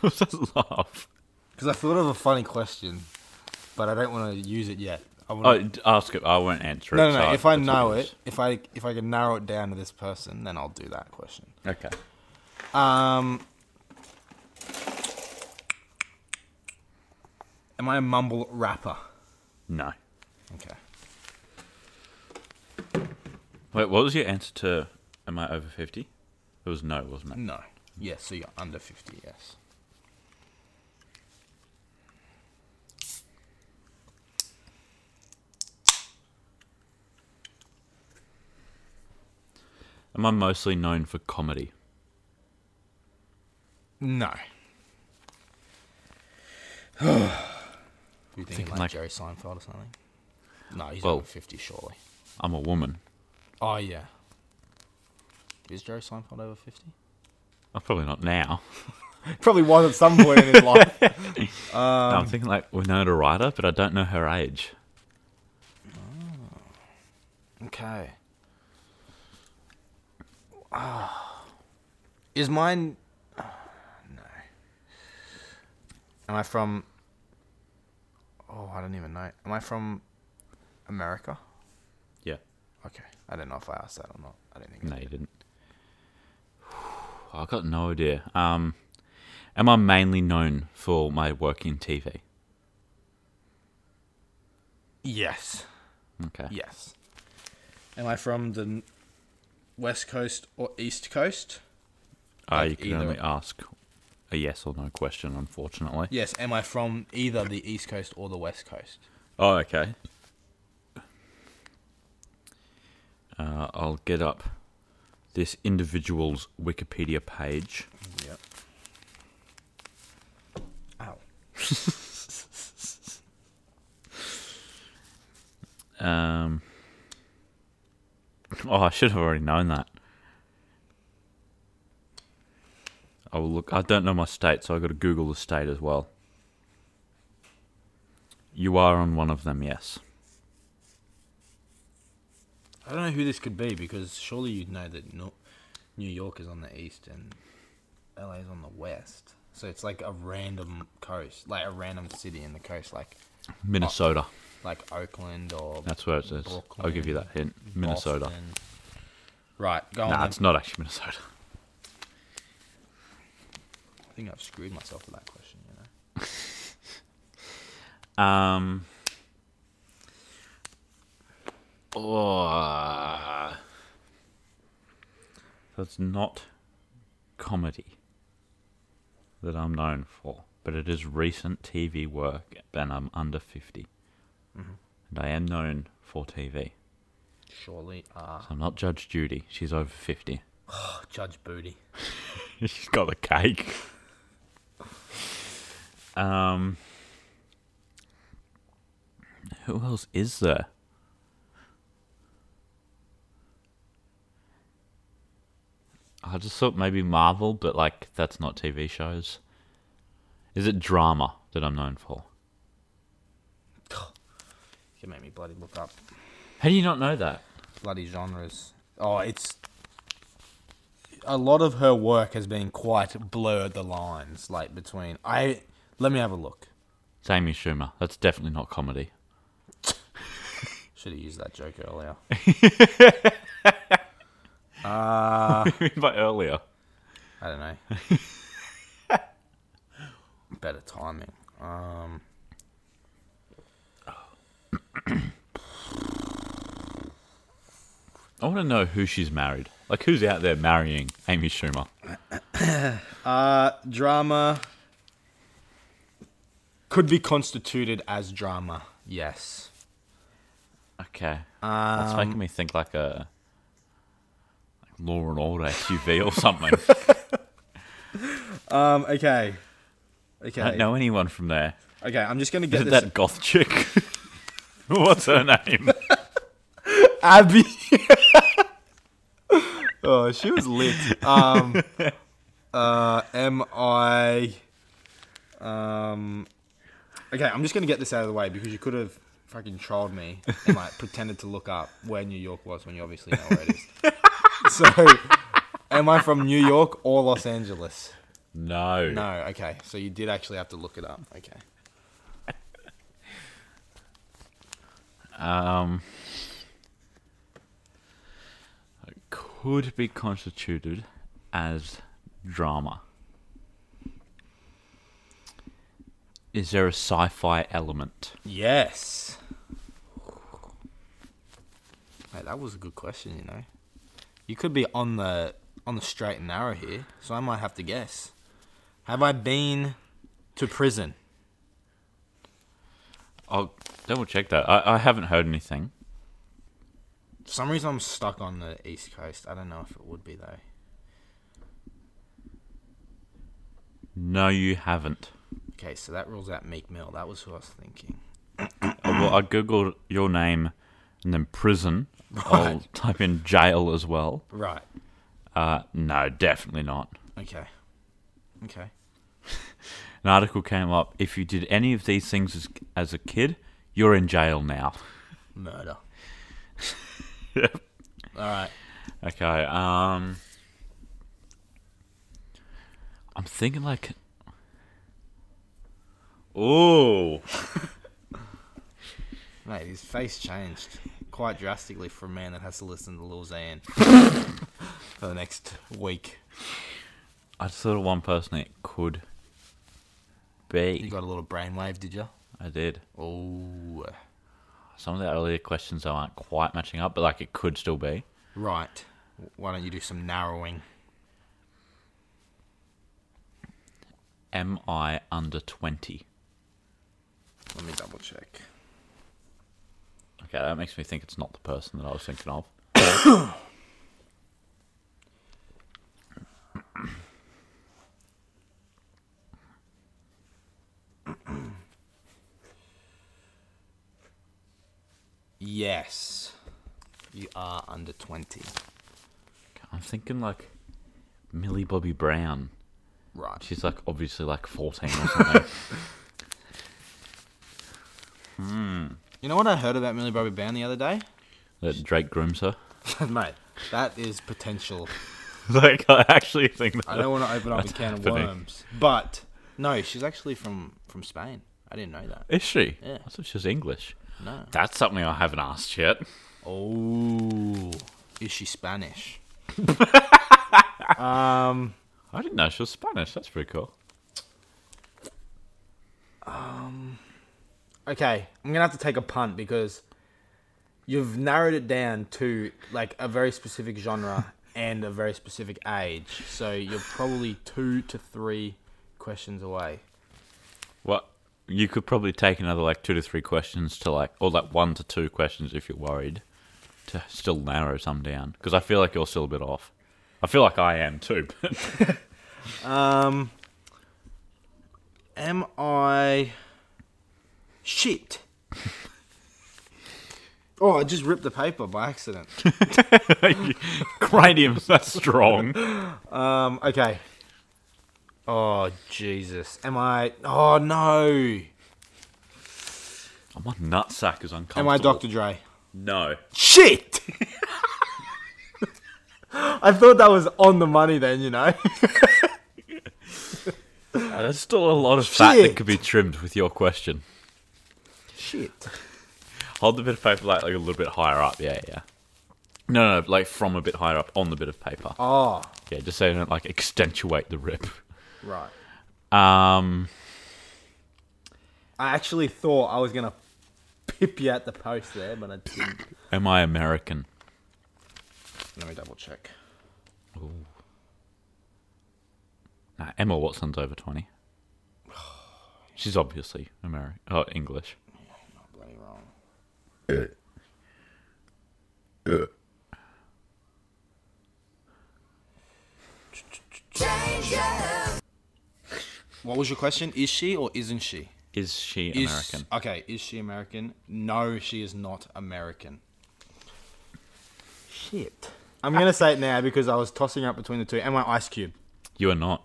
S2: What's that laugh?
S1: Because I thought of a funny question, but I don't want to use it yet. I want
S2: Oh, d- ask it. I won't answer it.
S1: no, no,
S2: so
S1: no. If I
S2: that's
S1: know
S2: what
S1: it, if I if I can narrow it down to this person, then I'll do that question.
S2: is. Okay.
S1: Um, am I a mumble rapper?
S2: No.
S1: Okay.
S2: Wait, what was your answer to am I over 50? It was no, wasn't it?
S1: No. Yes. So you're under fifty. Yes.
S2: Am I mostly known for comedy?
S1: No. you thinking like,
S2: like-
S1: Jerry Seinfeld or something? No, he's
S2: Well-
S1: over fifty, surely.
S2: I'm a woman.
S1: Oh yeah. Is Jerry Seinfeld over fifty?
S2: I'm probably not now.
S1: Probably was at some point in his life.
S2: No,
S1: Um,
S2: I'm thinking like Winona Ryder, but I don't know her age.
S1: Okay. Is mine? No. Am I from? Oh, I don't even know. Am I from America?
S2: Yeah.
S1: Okay, I don't know if I asked that or not. I don't think. I
S2: No, you didn't. I got no idea. Um, am I mainly known for my work in TV?
S1: did. Yes.
S2: Okay.
S1: Yes. Am I from the n- West Coast or East Coast?
S2: Uh,
S1: Like
S2: you can
S1: either.
S2: only ask a yes or no question, unfortunately.
S1: Yes. Am I from either the East Coast or the West Coast?
S2: Oh, okay. Uh, I'll get up this individual's Wikipedia page.
S1: Yep. Ow.
S2: Um. Oh, I should have already known that. I will look. I don't know my state, so I got to Google the state as well. You are on one of them, yes.
S1: I don't know who this could be because surely you'd know that no- New York is on the east and LA is on the west. So it's like a random coast, like a random city in the coast, like
S2: Minnesota.
S1: like Oakland or
S2: That's where it says. I'll give you that hint. Minnesota.
S1: Boston. Right, go on.
S2: Nah,
S1: then.
S2: it's not actually Minnesota.
S1: I think I've screwed myself with that question. You know.
S2: Um. Oh. That's not comedy that I'm known for, but it is recent TV work, and I'm under 50. And I am known for TV.
S1: Surely, uh,
S2: So I'm not Judge Judy. She's over 50.
S1: Judge Booty.
S2: She's got the cake. um, who else is there? I just thought maybe Marvel, but like that's not TV shows. Is it drama that I'm known for?
S1: You make me bloody look up
S2: How do you not know that?
S1: bloody genres. Oh, it's a lot of her work has been quite blurred the lines like between I let me have a look.
S2: It's Amy Schumer. That's definitely not comedy.
S1: Should have used that joke earlier.
S2: By earlier.
S1: I don't know. Better timing. Um
S2: I want to know who she's married. Like, who's out there marrying Amy Schumer?
S1: uh drama could be constituted as drama. Yes.
S2: Okay. That's making me think like a like Law and Order SUV or something.
S1: Um okay. Okay.
S2: I don't know anyone from there.
S1: Okay, I'm just going to
S2: Uh, Is
S1: get
S2: it
S1: this
S2: that goth chick? What's her name?
S1: Abby. oh, she was lit. Um, uh, am I? Um, okay, I'm just gonna get this out of the way because you could have fucking trolled me and like pretended to look up where New York was when you obviously know where it is. so, am I from New York or Los Angeles?
S2: No.
S1: No. Okay, so you did actually have to look it up. Okay.
S2: Um, it could be constituted as drama. Is there a sci-fi element?
S1: Yes. Mate, that was a good question, you know. You could be on the on the straight and narrow here, so I might have to guess. Have I been to prison?
S2: I'll double check that. I, I haven't heard anything.
S1: For some reason I'm stuck on the east coast. I don't know if it would be though.
S2: No, you haven't.
S1: Okay, so that rules out Meek Mill. That was who I was thinking.
S2: Oh, well, I googled your name and then prison. I'll type in jail as well.
S1: Right.
S2: Uh, no, definitely not.
S1: Okay. Okay.
S2: An article came up. If you did any of these things as, as a kid, you're in jail now.
S1: Murder.
S2: Yep.
S1: All right.
S2: Okay. Um, I'm thinking like, oh,
S1: Mate, his face changed quite drastically for a man that has to listen to Lil Xan for the next week.
S2: I just thought of one person it could
S1: You
S2: be.
S1: got a little brainwave, did you?
S2: I did.
S1: Oh,
S2: Some of the earlier questions though aren't quite matching up, but like it could still be.
S1: right. Why don't you do some narrowing?
S2: Am I under 20?
S1: Let me double check.
S2: Okay, that makes me think it's not the person that I was thinking of.
S1: Yes. You are under 20.
S2: I'm thinking like Millie Bobby Brown.
S1: Right.
S2: She's like obviously like 14 or something.
S1: You know what I heard about Millie Bobby Brown the other day?
S2: that Drake grooms her.
S1: Mate, that is potential.
S2: like I actually think that.
S1: I don't want to open up a can of
S2: happening.
S1: worms. But, no, she's actually from, from Spain. I didn't know that.
S2: Is she?
S1: Yeah.
S2: I thought she was English.
S1: No.
S2: That's something I haven't asked yet.
S1: Oh. Is she Spanish?
S2: I didn't know she was Spanish. That's pretty cool.
S1: Okay, I'm gonna have to take a punt because you've narrowed it down to like a very specific genre and a very specific age. So you're probably two to three questions away.
S2: Well, you could probably take another like two to three questions to like, or like one to two questions if you're worried, to still narrow some down. Because I feel like you're still a bit off. I feel like I am too. But
S1: Um, am I shit? oh, I just ripped the paper by accident.
S2: cranium's that strong.
S1: Um, okay. Oh Jesus, am I? Oh no,
S2: Oh, my nutsack is uncomfortable.
S1: am I Dr. Dre?
S2: No.
S1: Shit! I thought that was on the money then, you know?
S2: Uh, There's still a lot of fat that
S1: Shit.
S2: could be trimmed with your question.
S1: Shit.
S2: Hold the bit of paper like, like a little bit higher up. Yeah, yeah. No, no, like from a bit higher up on the bit of paper.
S1: Oh,
S2: Yeah, just so you don't like accentuate the rip.
S1: right.
S2: Um,
S1: I actually thought I was going to pip you at the post there, but I didn't.
S2: am I American?
S1: Let me double check.
S2: Nah, Emma Watson's over 20. She's obviously American. Oh, English.
S1: Not Oh, bloody wrong. What was your question? Is she or isn't she?
S2: Is she
S1: Is,
S2: American?
S1: Okay, is she American? No, she is not American. Shit. I'm going to say it now because I was tossing up between the two. Am I Ice Cube?
S2: You are not.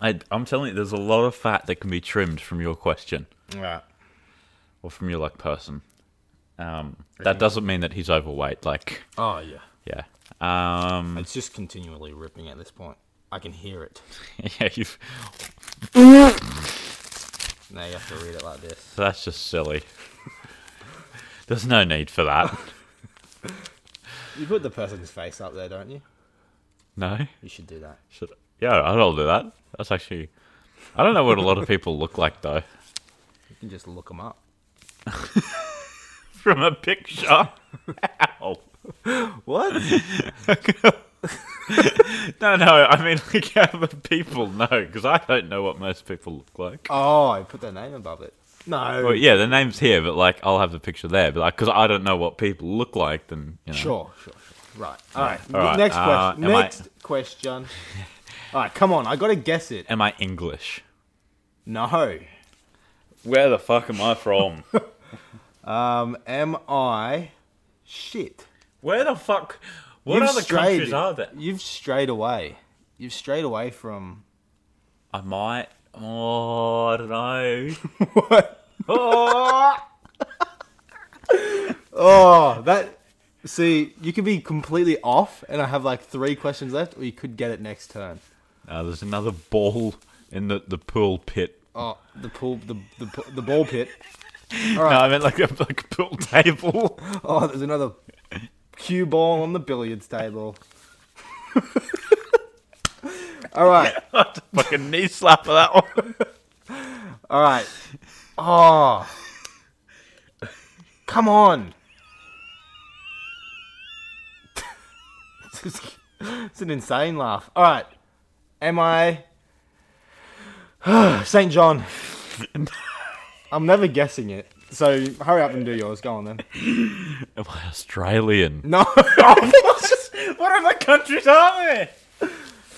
S2: I, I'm telling you, there's a lot of fat that can be trimmed from your question
S1: Right.
S2: or from your like person. Um, that doesn't mean that he's overweight. Like,
S1: Oh, yeah.
S2: yeah. Um,
S1: It's just continually ripping at this point. I can hear it.
S2: yeah, you've,
S1: Now you have to read it like this.
S2: that's just silly. there's no need for that.
S1: You put the person's face up there, don't you?
S2: No.
S1: You should do that.
S2: Should, yeah, I'll do that. That's actually. I don't know what a lot of people look like though.
S1: You can just look them up.
S2: From a picture. Ow.
S1: What?
S2: No, no. I mean, like, how do people know? Because I don't know what most people look like.
S1: oh, I put their name above it. No.
S2: Well, yeah, the name's here, but like, I'll have the picture there. But like, because I don't know what people look like, then you know.
S1: Sure, sure, sure. Right. All right.
S2: all right.
S1: Next
S2: Uh,
S1: question.
S2: am I-
S1: Next question. All right, come on. I got to guess it.
S2: Am I English?
S1: No.
S2: Where the fuck am I from?
S1: Um, am I shit?
S2: Where the fuck? What
S1: You've
S2: other
S1: strayed-
S2: countries are there?
S1: You've strayed away. You've strayed away from
S2: I might. Oh, I don't know.
S1: what?
S2: Oh,
S1: Oh, that. See, you could be completely off, and I have like three questions left, or you could get it next turn.
S2: Uh, there's another ball in the, the pool pit.
S1: Oh, the pool, the the, p- the ball pit.
S2: No, I meant like a, like a pool table.
S1: Oh, there's another cue ball on the billiards table. all right,
S2: Fucking knee slap for that one.
S1: all right. Oh, come on! it's an insane laugh. All right, am I Saint John? I'm never guessing it. So hurry up and do yours. Go on then.
S2: Am I Australian?
S1: No.
S2: what other countries are there?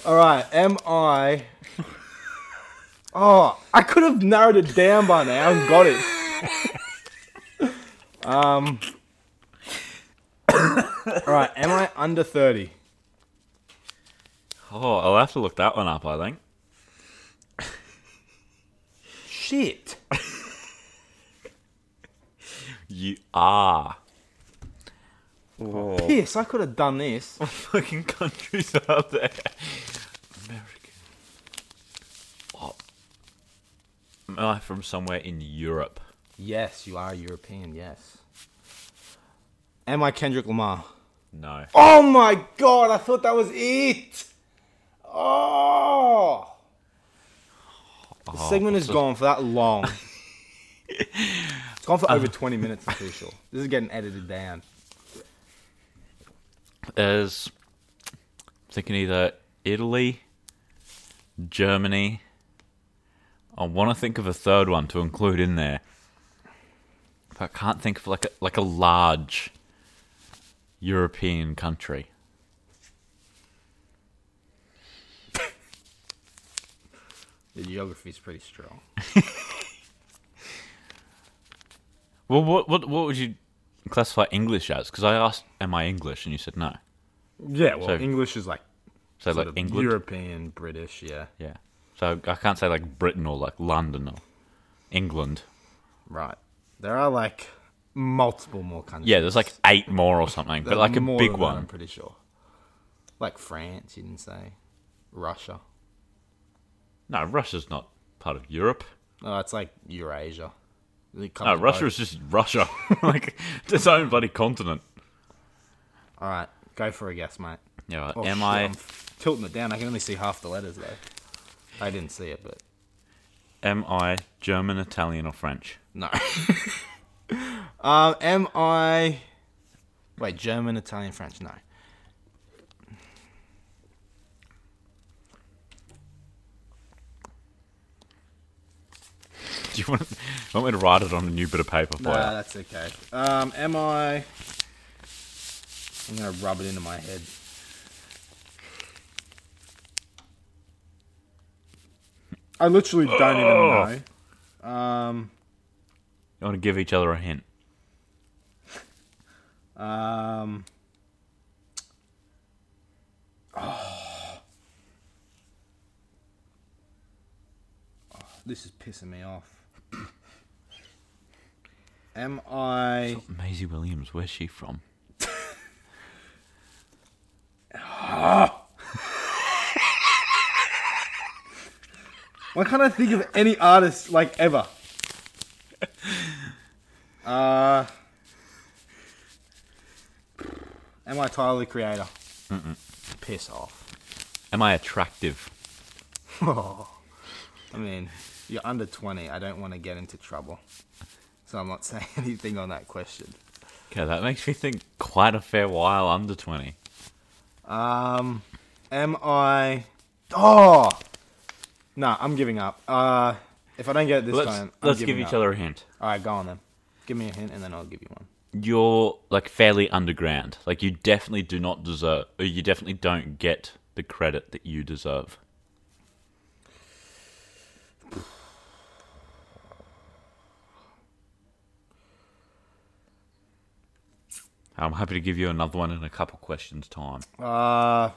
S1: All right, am I? Oh, I could have narrowed it down by now and got it. Um, All right, am I under 30?
S2: Oh, I'll have to look that one up, I think.
S1: Shit.
S2: You are. Oh,
S1: Piss, I could have done this.
S2: fucking countries out there. American. Oh. Am I from somewhere in Europe?
S1: Yes, you are European, yes. Am I Kendrick Lamar?
S2: No.
S1: Oh my god, I thought that was it! Oh! The
S2: Oh,
S1: segment is gone for that long. it's gone for
S2: Uh.
S1: over 20 minutes, I'm pretty sure. This is getting edited down.
S2: There's. I'm thinking either Italy, Germany. I want to think of a third one to include in there. But I can't think of like a, like a large European country.
S1: The geography's pretty strong.
S2: Well, what what what would you classify English as? Because I asked, "Am I English?" and you said no.
S1: Yeah, well,
S2: So-
S1: English is like,
S2: So
S1: sort
S2: like
S1: of
S2: England,
S1: European, British, yeah.
S2: yeah. So I can't say like Britain or like London or England.
S1: Right. There are like multiple more countries.
S2: Yeah, there's like eight more or something, but
S1: There's
S2: like a
S1: more
S2: big
S1: than that, I'm
S2: one.
S1: pretty sure. Like France, you didn't say. Russia.
S2: No, Russia's not part of Europe.
S1: No, Oh, it's like Eurasia.
S2: No, Russia is just Russia, like it's its own bloody continent.
S1: All right, go for a guess, mate.
S2: Yeah. right.
S1: Oh,
S2: Uh, Am
S1: shit,
S2: I
S1: I'm tilting it down? I can only see half the letters though. I didn't see it, but
S2: am I German, Italian, or French?
S1: no. um, am I? Wait, German, Italian, French? No.
S2: Do you want, want me to write it on a new bit of paper for
S1: No,
S2: you?
S1: that's okay. Um, am I? I'm gonna rub it into my head. I literally don't
S2: Oh.
S1: even know. Um,
S2: You want to give each other a hint?
S1: um, oh. this is pissing me off. Am I?
S2: Maisie Williams, where's she from?
S1: Why can't I think of any artist like ever? Uh, am I Tyler the Creator? Piss off.
S2: Am I attractive?
S1: I mean, you're under 20. I don't want to get into trouble. So I'm not saying anything on that question.
S2: Okay, that makes me think quite a fair while under 20.
S1: Um, am I. Oh! Nah, I'm giving up. Uh, if I don't get it this
S2: Let's,
S1: time, I'm
S2: let's give
S1: giving
S2: each
S1: up.
S2: other a hint.
S1: Alright, go on then. Give me a hint and then I'll give you one.
S2: You're like fairly underground. Like you definitely do not deserve, or you definitely don't get the credit that you deserve. I'm happy to give you another one in a couple questions time.
S1: Uh,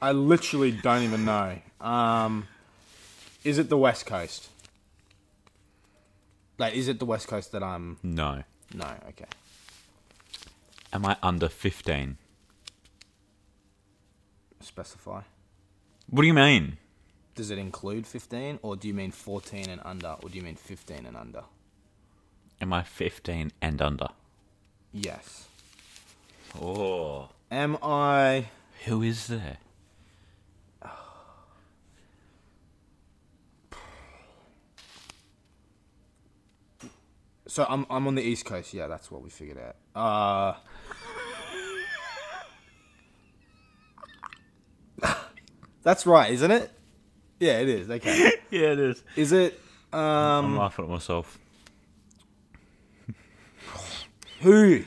S1: I literally don't even know. Um, is it the West Coast? Like, is it the West Coast that I'm?
S2: No.
S1: No, okay.
S2: Am I under 15?
S1: Specify.
S2: What do you mean?
S1: Does it include 15, or do you mean 14 and under, or do you mean 15 and under?
S2: Am I 15 and under?
S1: Yes.
S2: Oh.
S1: Am I?
S2: Who is there?
S1: So I'm I'm on the East Coast. Yeah, that's what we figured out. Uh. that's right, isn't it? Yeah, it is. Okay.
S2: Yeah, it is.
S1: Is it?
S2: I'm
S1: Um,
S2: laughing at myself.
S1: who?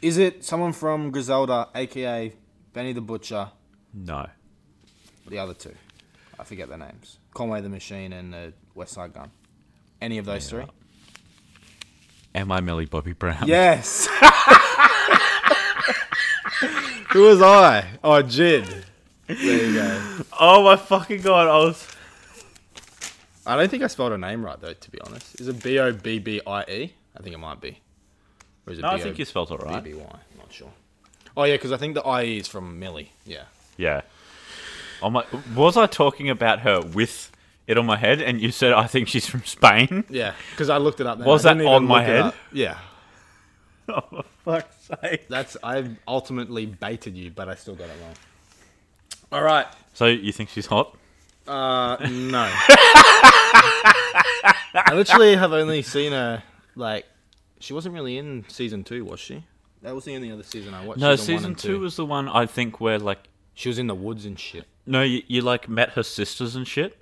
S1: Is it someone from Griselda, aka Benny the Butcher?
S2: No.
S1: The other two, I forget their names. Conway the Machine and uh, West Side Gun. Any of those three?
S2: Am I Millie Bobby Brown?
S1: Yes. Who was I? Oh, Jid. There you go.
S2: Oh my fucking god! I was.
S1: I don't think I spelled her name right though. To be honest, is it B O B B I E? I think it might be. Or is it
S2: No, I think you spelled it right.
S1: B B Y. Not sure. Oh yeah, because I think the I E is from Millie. Yeah.
S2: Yeah. Oh my! Was I talking about her with it on my head? And you said I think she's from Spain.
S1: Yeah. Because I looked it up. Then.
S2: Was
S1: I didn't
S2: that
S1: even
S2: on my
S1: look it
S2: head?
S1: up. Yeah.
S2: oh fuck's sake!
S1: That's I ultimately baited you, but I still got it wrong. All right.
S2: So you think she's hot?
S1: Uh, no. I literally have only seen her like she wasn't really in season two, was she? That was the only other season I watched.
S2: No,
S1: one
S2: season
S1: and
S2: two was the one I think where like
S1: she was in the woods and shit.
S2: no, you, you like met her sisters and shit.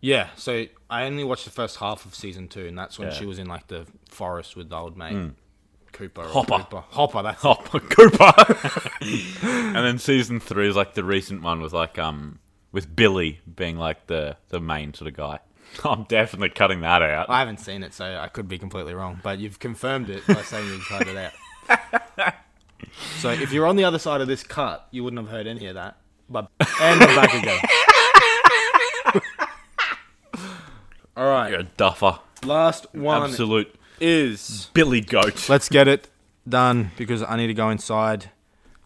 S1: Yeah, so I only watched the first half of season two, and that's when
S2: Yeah.
S1: she was in like the forest with the old mate Cooper. or
S2: Hopper.
S1: Cooper. Hopper. That's
S2: Oh, Cooper. and then season three is like the recent one with like um with Billy being like the the main sort of guy. I'm definitely cutting that out.
S1: I haven't seen it, so I could be completely wrong. But you've confirmed it by saying you've heard it out. so if you're on the other side of this cut, you wouldn't have heard any of that. But and we're back again. All right,
S2: You're a duffer,
S1: last one
S2: absolute
S1: is
S2: Billy goat.
S1: let's get it done because I need to go inside.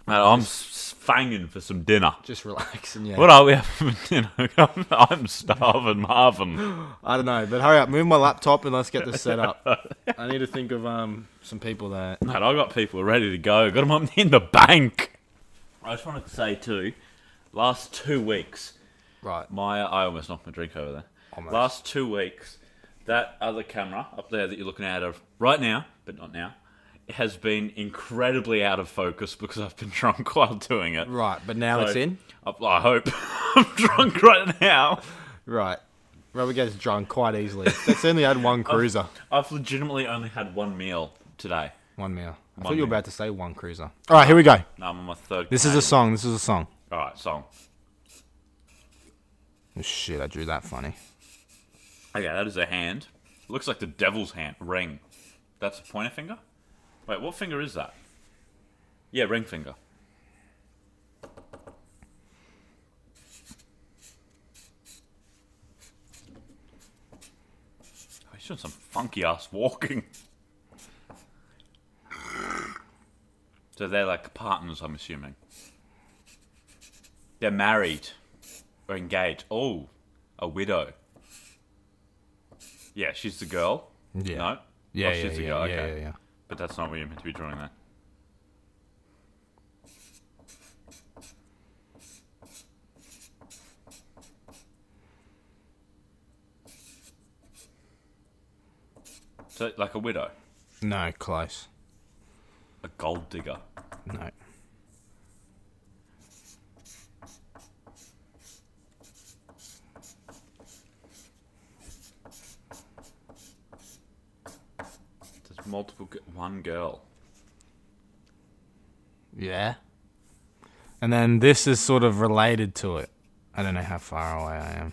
S2: Mate, I'm s- fanging for some dinner.
S1: Just relax and yeah.
S2: What are we having for dinner? I'm, I'm starving, Marvin.
S1: I don't know, but hurry up, move my laptop and let's get this set up. I need to think of um some people that
S2: Mate, I got people ready to go. Got them on in the bank. I just wanted to say too, last two weeks
S1: right.
S2: My, I almost knocked my drink over there.
S1: Almost.
S2: Last two weeks, that other camera up there that you're looking out of right now, but not now, has been incredibly out of focus because I've been drunk while doing it.
S1: Right, but now it's
S2: So,
S1: in.
S2: I, I hope I'm drunk right now.
S1: Right. Robert gets drunk quite easily. That's only had
S2: Oh.
S1: one cruiser.
S2: I've legitimately only had one meal today.
S1: One meal. I thought
S2: One
S1: you were
S2: meal.
S1: about to say one cruiser. All right, here we go.
S2: No, I'm on my third.
S1: This is a song. This is a song.
S2: all right song.
S1: Oh, shit, I drew that funny.
S2: Okay, Oh, that is a hand. Looks like the devil's hand ring. That's a pointer finger. Wait, what finger is that? Yeah, ring finger. Oh, He's doing some funky ass walking. So they're like partners, I'm assuming. They're married or engaged. Oh, a widow. Yeah, she's the girl.
S1: Yeah.
S2: No?
S1: Yeah,
S2: Oh,
S1: yeah,
S2: she's
S1: yeah,
S2: the
S1: yeah,
S2: girl.
S1: yeah,
S2: okay.
S1: yeah,
S2: But that's not what you're meant to be drawing there. So, like a widow,
S1: No, close.
S2: a gold digger.
S1: No.
S2: There's multiple, g- one girl.
S1: Yeah. And then this is sort of related to it. I don't know how far away I am.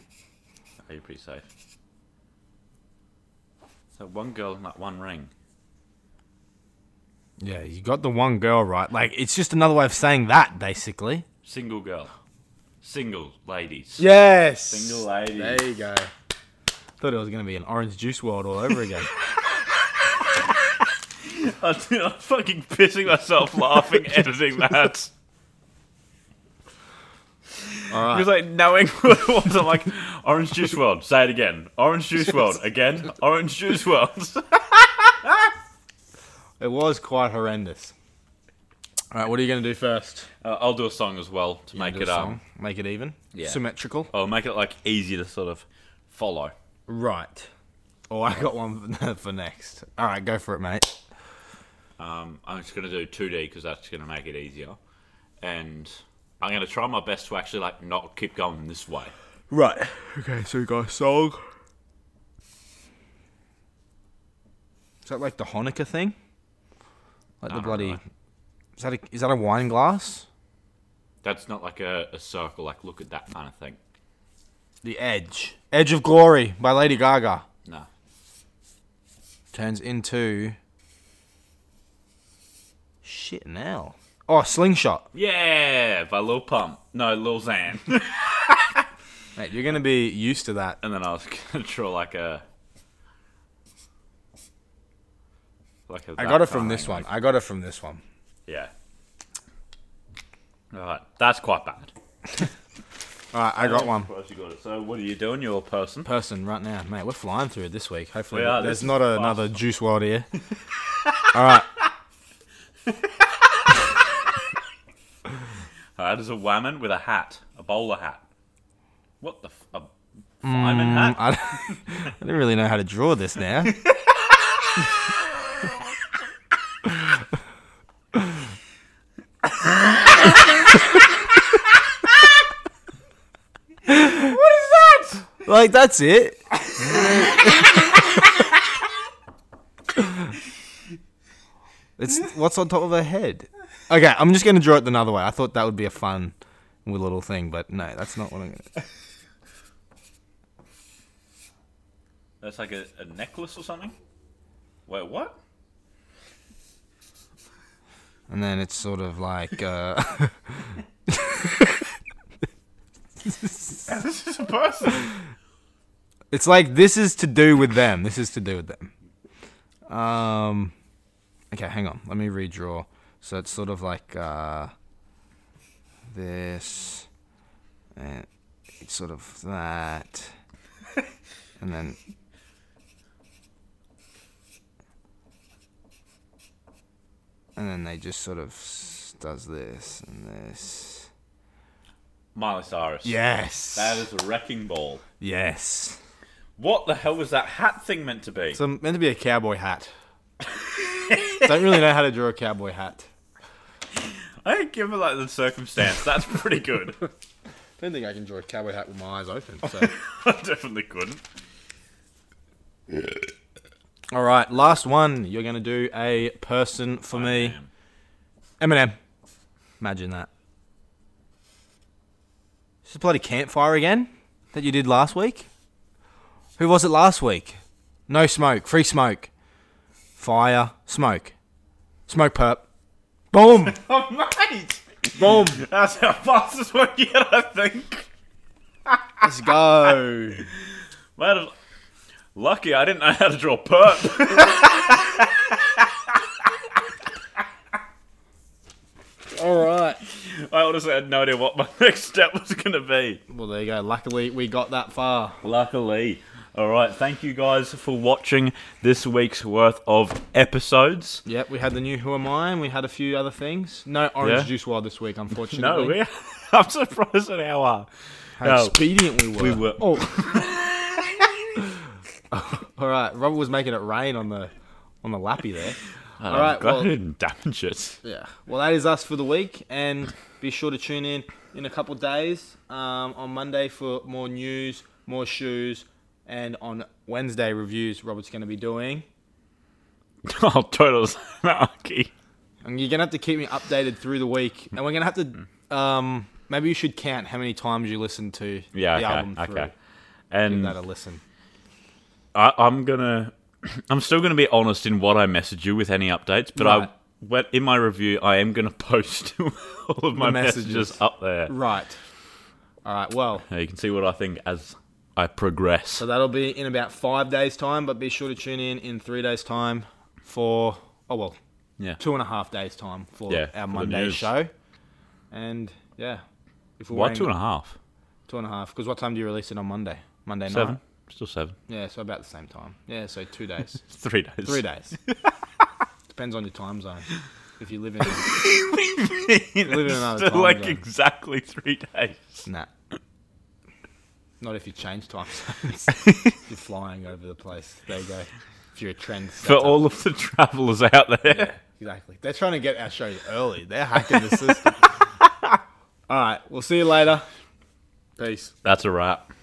S2: Are you pretty safe? So one girl and like one ring.
S1: Yeah, you got the one girl right. Like, it's just another way of saying that, basically.
S2: Single girl. Single ladies.
S1: Yes.
S2: Single ladies.
S1: There you go. Thought it was going to be an orange juice world all over again.
S2: I'm fucking pissing myself laughing editing that.
S1: All
S2: Because
S1: right.
S2: like knowing what it was, I'm like, Orange Juice World. Say it again. Orange Juice World again. Orange Juice World.
S1: It was quite horrendous. All right, what are you going to do first?
S2: Uh, I'll do a song as well to make
S1: Do
S2: it
S1: a
S2: um.
S1: song, Make it even.
S2: Yeah.
S1: Symmetrical.
S2: Oh, make it like easy to sort of follow.
S1: Right. Oh, I got one for next. All right, go for it, mate.
S2: Um, I'm just gonna do 2D because that's gonna make it easier, and I'm gonna try my best to actually like not keep going this way.
S1: Right. Okay, so we got a song. Is that like the Hanukkah thing? Like the
S2: don't
S1: bloody.
S2: know.
S1: Is that a, is that a wine glass?
S2: That's not like a, a circle. Like look at that kind of thing.
S1: The Edge. Edge of Glory by Lady Gaga.
S2: Nah.
S1: Turns into. Shit now. Oh, Slingshot.
S2: Yeah, by Lil Pump. No, Lil Xan.
S1: Mate, you're going to be used to that.
S2: and then I was gonna draw like a. Like a
S1: I
S2: that
S1: got it from
S2: kind of
S1: this
S2: thing.
S1: one. I got it from this one.
S2: Yeah. Alright, that's quite bad.
S1: Alright, I got one.
S2: Well, you got it. So, what are you doing, you old person? Uh,
S1: Person right now. Mate, we're flying through it this week. Hopefully,
S2: We are. This
S1: there's
S2: is
S1: not
S2: fast.
S1: another Juice World here. Alright.
S2: Alright, there's a woman with a hat, a bowler hat. What the? F- a fireman hat?
S1: Mm, I, don't- I don't really know how to draw this now. Like that's it. it's what's on top of her head. Okay, I'm just gonna draw it another way. I thought that would be a fun little thing, but no, that's not what I'm gonna.
S2: That's like a, a necklace or something? Wait, what?
S1: And then it's sort of like uh,
S2: this is a person.
S1: it's like this is to do with them. This is to do with them. Um, okay, hang on. Let me redraw. So it's sort of like uh, this, and it's sort of that, and then. And then they just sort of s- does this and this.
S2: Miley Cyrus.
S1: Yes.
S2: That is a wrecking ball.
S1: yes.
S2: What the hell was that hat thing meant to be?
S1: It's a, meant to be a cowboy hat. Don't really know how to draw a cowboy hat.
S2: I think given like the circumstance, that's pretty good.
S1: Don't think I can draw a cowboy hat with my eyes open.
S2: I definitely couldn't.
S1: All right, last one. You're gonna do a person for me.
S2: Damn.
S1: Eminem. Imagine that. It's a bloody campfire again that you did last week. Who was it last week? No smoke, free smoke, fire, smoke, smoke perp. Boom,
S2: Oh, mate!
S1: boom.
S2: That's how fast this one get, I think.
S1: Let's go.
S2: Mate, I'm- lucky I didn't know how to draw perp.
S1: All right.
S2: I honestly had no idea what my next step was going to be.
S1: Well, there you go. Luckily, we got that far.
S2: Luckily. All right, thank you guys for watching this week's worth of episodes.
S1: Yep, we had the new Who Am I, and we had a few other things. No orange
S2: Yeah.
S1: juice wild this week,
S2: No,
S1: unfortunately.
S2: we I'm surprised at how uh,
S1: How
S2: no.
S1: expedient we were.
S2: we were.
S1: Oh. All right, Robert was making it rain on the on the lappy there.
S2: Oh,
S1: All right,
S2: glad I
S1: well,
S2: didn't damage it.
S1: yeah. Well, that is us for the week, and be sure to tune in in a couple days um, on Monday for more news, more shoes, and on Wednesday reviews. Robert's going to be doing.
S2: oh, total anarchy.
S1: And you're gonna have to keep me updated through the week, and we're gonna have to. Um, maybe you should count how many times you listen to
S2: Yeah,
S1: the
S2: okay,
S1: album through.
S2: okay.
S1: Give
S2: And
S1: that a listen.
S2: I, I'm gonna, I'm still gonna be honest in what I message you with any updates, but I
S1: Right.
S2: when, in my review I am gonna post all of my messages.
S1: messages.
S2: up there,
S1: Right. All right. Well,
S2: Uh, you can see what I think as I progress.
S1: so that'll be in about five days' time, but be sure to tune in in three days' time for oh well,
S2: Yeah,
S1: two and a half days' time for
S2: Yeah, for
S1: our
S2: the
S1: Monday
S2: news.
S1: show. And yeah, if we're
S2: why two and a half?
S1: two and a half? Because what time do you release it on Monday? Monday
S2: Seven,
S1: night.
S2: still seven,
S1: Yeah, so about the same time. Yeah, so two days.
S2: three days.
S1: Three days. Depends on your time zone. If you live in Live in another
S2: Still,
S1: time
S2: like
S1: zone.
S2: exactly three days.
S1: nah. Not if you change time zones. you're flying over the place. There you go. If you're a trend.
S2: For
S1: setter.
S2: all of the travelers out there,
S1: exactly. They're trying to get our show early. They're hacking the system. all right. We'll see you later. Peace.
S2: that's a wrap.